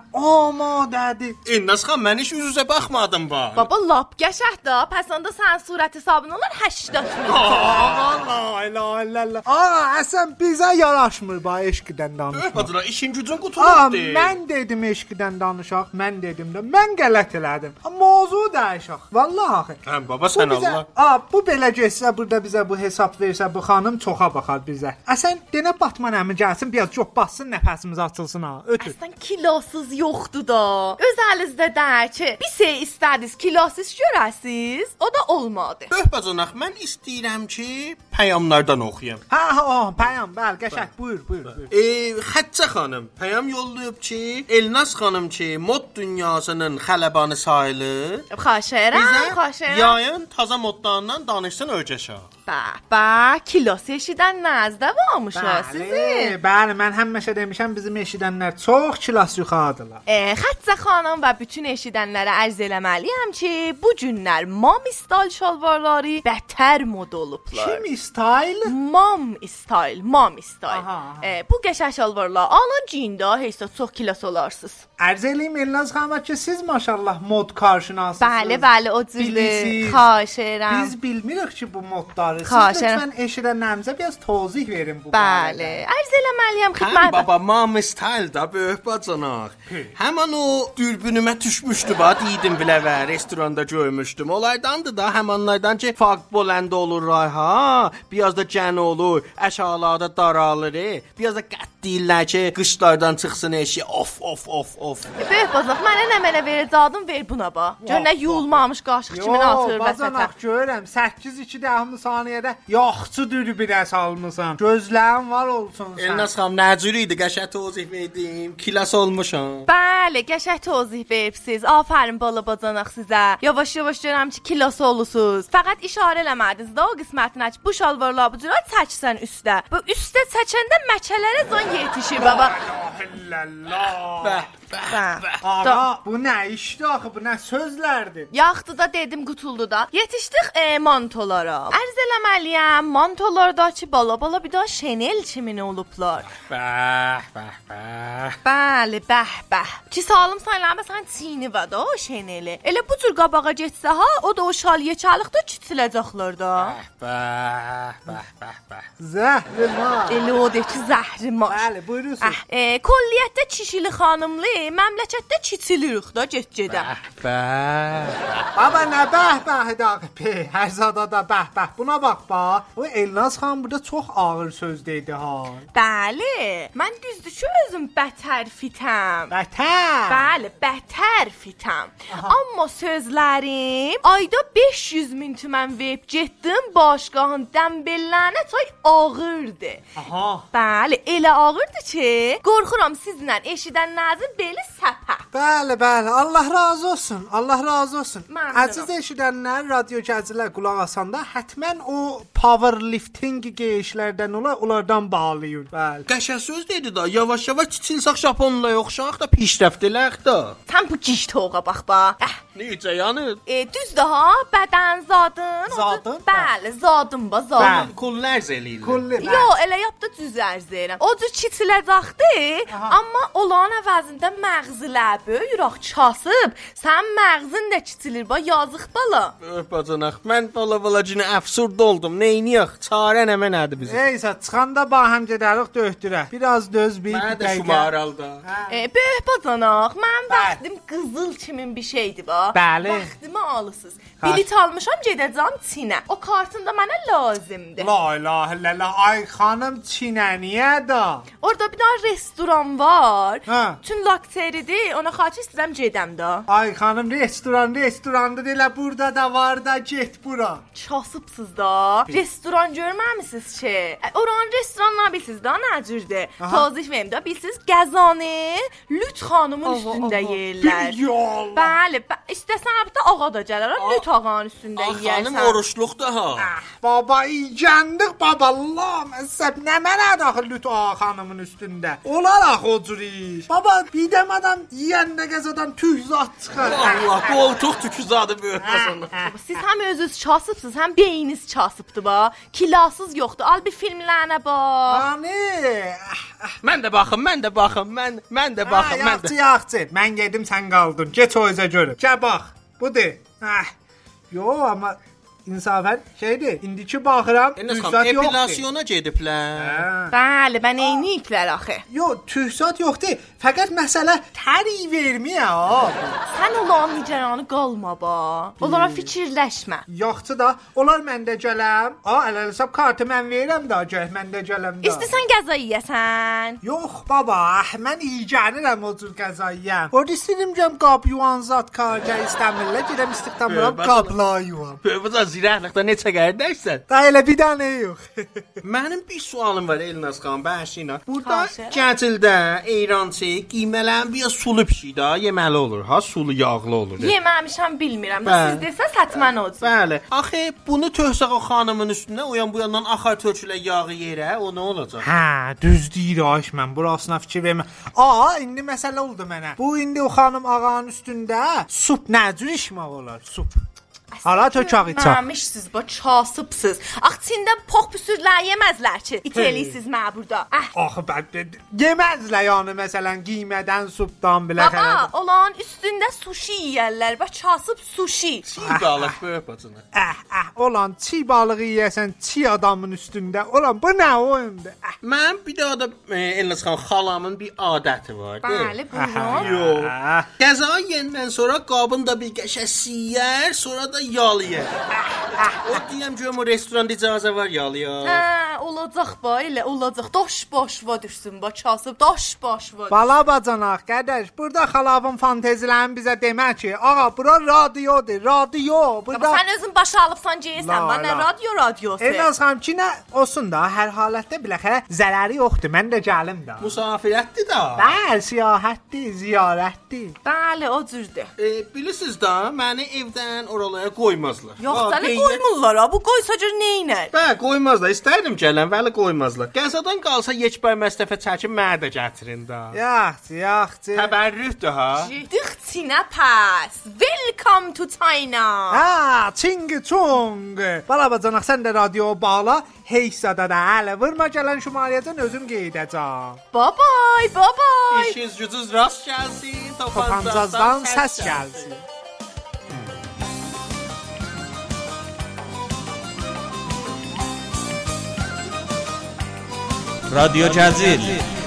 S3: amadədir.
S2: İnnas xan mən heç üz-üzə baxmadım bax.
S13: Baba lap qəşəh da, pəs onda sənin surət hesabın olur 80 min.
S3: Ağa, la ilahe illallah. Ağa, əsən bizə yaraşmır ba eşqdən danışmaq.
S2: Böyük bacanaq işin gücün
S3: Aa,
S2: qutulubdur.
S3: mən dedim eşqdən danışaq, mən dedim də, mən qələt elədim. Mövzu dəyişək. Vallahi axı.
S2: Həm baba sən
S3: Bu bizə-
S2: Allah.
S3: A, bu belə getsə, burada bizə bu hesab versə, bu xanım çoxa baxar bizə. Əsən denə Batman əmi gəlsin, biraz çox bassın, nəfəsimiz açılsın ha. Ötür.
S13: Əslən kilosuz yoxdu da. Öz əlinizdə deyir ki, bir şey istədiniz, kilosuz görəsiz, o da olmadı.
S2: Böyük bacanaq mən istəyirəm ki, peyamlardan oxuyam.
S3: Hə, hə, o, payam, bəli, qəşəng, buyur, buyur. buyur.
S2: E, Xəccə xanım peyam yollayıb ki, Elnas xanım ki, mod dünyasının xələbanı sayılır.
S13: Xahiş
S2: Bizə
S13: edirəm, xahiş edirəm.
S2: yayın taza modlarından danışsın öyrəşək.
S13: Bax, bax, kilosu eşidən nəzdə varmışlar sizin.
S3: bəli, mən həmişə demişəm, bizim eşidənlər çox kilas yuxarıdılar.
S13: E, Xəttə xanım və bütün eşidənlərə ərz eləməliyəm ki, bu günlər mam istal şalvarları bətər mod olublar.
S3: Kim istayl?
S13: Mam istal, mam istal.
S3: Aha, aha.
S13: E, bu qəşəng şalvarlar alın cində, heç də çox kilos olarsınız.
S3: Ərz eləyim Elnaz xanım ki, siz maşallah mod qarşınasınız.
S13: Bəli, bəli, o cürdür.
S3: Bilirsiniz.
S13: Xahiş edirəm.
S3: Biz bilmirik ki, bu modları. Siz
S13: Xahiş
S3: lütfən eşidənlərimizə biraz tozih verin bu
S13: Bəli,
S3: barədə.
S13: ərz eləməliyəm
S2: Həm
S13: xidmət.
S2: baba mam style da böyük bacanaq. Həmin o dürbünümə düşmüşdü ba, deydim bilə və restoranda görmüşdüm. Onlardandı da həmanlardan ki, farq boləndə olur ray ha, biraz da cən olur, əşalarda daralır, e. biraz da qət deyirlər ki, qışlardan çıxsın eşi. Of of of of.
S13: Böyük bazaq, mənə nə mənə verəcədin, ver buna bax. Gör nə yuyulmamış qaşıq kimi atır vəsətə.
S3: bacanaq görürəm 8-2 dəhm saniyədə yaxçı dürbünə salmısan. Gözlərin var olsun sən.
S2: Elnas xanım nəcür idi, qəşəng tozif verdim. Kilas olmuşam.
S13: Bəli, qəşəng tozih veribsiz. Afərin bala bacanaq sizə. Yavaş-yavaş görürəm ki, kilosu olusuz. Fəqət işarə eləmədiniz də o qismətinə ki, bu şalvarla bu cürə çəksən üstə. Bu üstə çəkəndə məkələrə zon yetişir baba. Bəh.
S3: Ağa, bu nə işdir axı? Bu nə sözlərdir?
S13: Yaxdı da dedim qutuldu da. Yetişdik e, mantolara. Ərz eləməliyəm, mantolardakı bala bala bir daha şenel çimini olublar.
S2: Bəh, bəh, bəh.
S13: Bəli, bəh, bəh. Ki salım sayılan məsələn çiyini var da o şeneli. Elə bu cür qabağa getsə ha, o da o şaliyə çalıqda çitiləcəklər də.
S2: Bəh, bəh, bəh, bəh.
S3: Zəhrimar.
S13: Elə o deyir ki, zəhrimar.
S3: Bəli, buyurursun.
S13: Əh, e, kolliyyətdə çişili xanımlı, məmləkətdə çitilirik da get-gedə.
S3: Baba nə bəh bəh dağı pe. Hərzada da bəh bəh. Buna bax ba. O Elnaz xan burada çox ağır söz dedi ha.
S13: Bəli, mən düzdür ki, özüm bətər fitəm.
S3: Bətər.
S13: Bəli, bətər fitəm. Amma sözlərim ayda 500 min tümən verib getdim başqahın dəmbellənə çay ağırdı.
S3: Aha.
S13: Bəli, elə ağırdı ki, qorxuram sizlə eşidənlərin beli səpə.
S3: Bəli, bəli. Allah razı olsun. Allah razı olsun.
S13: Məmnunum.
S3: Əziz eşidənlər, radio gəzilər qulaq asanda hətmən o powerlifting geyişlərdən olar, onlardan bağlayır. Bəli.
S2: Qəşəng söz dedi da, yavaş-yavaş çitilsək Japonla yoxşaq da pişdəftələk də.
S13: Sən bu giştoğa bax bax. Əh,
S2: Necə yanır?
S13: E, düz daha bədən zadın.
S3: Zadın?
S13: Bəli, zadın ba zadın.
S2: Kullərz eləyirlər.
S3: Kulli.
S13: Yo, elə yapdı düz ərz edirəm. O cür çitiləcəkdi, amma olan əvəzində məğzilər böyürək çasıb, sən məğzin də çitilir ba, yazıq bala.
S2: Bacanaq, mən bala-balacını əfsurd oldum. Neyniyək? Çarə nə mənədi bizim?
S3: Neysə, çıxanda ba həm gedərik döhtürə. Biraz döz bir
S2: Mənə də
S3: dəqiqə.
S2: şumaraldı.
S13: E, böyük bacanaq, mən bəxtim qızıl kimin bir şeydi ba.
S3: Bəli.
S13: Bəxtimi alırsınız. Bilet almışam gedəcəm Çinə. O kartın da mənə lazımdır.
S3: La ilahe illallah. Ay xanım çinəniyə də.
S13: Orada bir dənə restoran var.
S3: Hə.
S13: Tün lakteridir. Ona xahiş istəyirəm gedəm də.
S3: Ay xanım restoran, restoranda elə burada da var da get bura.
S13: Çasıbsız da. Restoran görməmisiniz ki? Ə, Oranın restoranını bilsiz da nəcürdür. Təzif verim də bilsiz qəzanı Lüt xanımın üstündə yeyirlər.
S3: Yol.
S13: Bəli, bə istəsən hətta ağa da gələr. o Lüt ağanın üstündə yeyərsən.
S2: Xanım oruçluqda ha.
S3: Baba icandık baba Allah məsəb nə mənə daxil lüt ağa xanımın üstündə. Olar axı o cür iş. Baba bir dəm adam yeyəndə qəzadan tüh zat çıxar.
S2: Allah, qoltuq tüküzadı böyük bacanaq.
S13: Siz həm özünüz çasıbsız, həm beyininiz çasıbdı ba. Kilasız yoxdur. Al bir filmlərinə bax.
S3: Ani.
S2: Mən də baxım, mən də baxım, mən mən də baxım, mən
S3: yaxçı
S2: də.
S3: yaxçı. Mən gedim sən qaldın. Get o üzə görüm. Gəl bax. Budur. Hə. Yo amma insafən şeydir. İndiki baxıram.
S2: Enes
S3: tüh
S2: xanım,
S3: zad yoxdur.
S2: E, epilasyona gediblər.
S3: Hə.
S13: Bəli, mən eyniyiblər axı.
S3: Yo, tühsat yoxdur. Fəqət məsələ təri verməyə. ha.
S13: Sən onların nigeranı qalma ba. Onlara fikirləşmə.
S3: Yoxsa da onlar məndə gələm. A, əl hesab kartı mən verirəm də, gəl məndə gələm də.
S13: İstəsən qəza yeyəsən.
S3: Yox baba, ah, mən iyicənirəm o cür qəzayiyəm. Orda istədim gəm qab yuvan zat kartı istəmirlər, gedəm istiqdamıram
S2: Bə,
S3: qabla yuvan.
S2: Böyük bacan zirəhliqdə neçə qardaşsən?
S3: Da elə bir dənə yox.
S2: Mənim bir sualım var Elnaz xan, bəşinə. Burada
S13: Xahiş
S2: Gəncildə İrançı qiymələn bir sulu pişikdə yeməli olur. Ha, sulu yağlı olur.
S13: Yeməmişəm bilmirəm.
S2: Bə.
S13: Siz desəz hətmən olsun.
S2: Bəli. Axı bunu töksək o xanımın üstünə, o yan bu yandan axar tökülə yağı yerə, o nə olacaq?
S3: Hə, düz deyir Ayş mən. Burasına fikir vermə. A, indi məsələ oldu mənə. Bu indi o xanım ağanın üstündə sup nə cür içmək olar? Sup. Hara tökək içə.
S13: Məmişsiz ba, çasıbsız. Ax Çində pox püsürlər yeməzlər ki. İtəliysiz mə burada. Əh.
S3: Axı bəd yeməzlər yəni məsələn qiymədən subdan bilə
S13: Baba, olan üstündə suşi yeyərlər. Bax çasıb suşi.
S2: Çiy balıq böyük bacını.
S3: Əh, əh, Eh, olan çiy balığı yeyəsən çiy adamın üstündə. Olan bu nə oyundur? Eh, Əh,
S2: Mən bir daha da e, Elnaz xan xalamın bir adəti var. deyil?
S13: Bəli, buyurun.
S2: Yox. Qəza yeyəndən sonra qabını da bir qəşə siyər, sonra da yalıyır. o deyəm görüm o restoranda icazə var yalıya.
S13: Hə, olacaq ba, elə olacaq. Daş başva düşsün ba, çasıb daş başva.
S3: Bala bacanaq, qardaş, burada xalavın fantezilərini bizə demə ki, ağa, bura radiodur, radio. Burada
S13: Sən özün başa alıbsan, geyirsən.
S3: La,
S13: Mənə
S3: la.
S13: radio radiosu.
S3: Ən az xamçinə olsun da, hər halətdə biləxərə zərəri yoxdur. Mən də gəlim də.
S2: Musafirətdir da.
S3: Bəli, siyahətdir, ziyarətdir.
S13: Bəli, o cürdür.
S2: E, bilirsiniz da, məni evdən oralaya qoymazlar.
S13: Yox,
S2: Ha,
S13: səni
S2: qeyd-
S13: qoymurlar. ha, Bu qoysa gör nə edər?
S2: Bə, qoymazlar. İstəyirdim gələn, vəli qoymazlar. Qəzadan qalsa yekbər məsdəfə çəkib məni də gətirin də.
S3: Yaxşı, yaxşı.
S2: Təbərrühdür ha.
S13: Dix Çinə pas. Vil Welcome to China.
S3: Ha, çingi çong. Bala bacanaq sən də radio bağla. Hey sadada hələ vurma gələn şumariyəcən özüm qeydəcəm.
S13: Bye bye, bye bye.
S2: İşiniz gücünüz rast gəlsin.
S3: Tapancazdan səs gəlsin.
S8: رادیو جزیل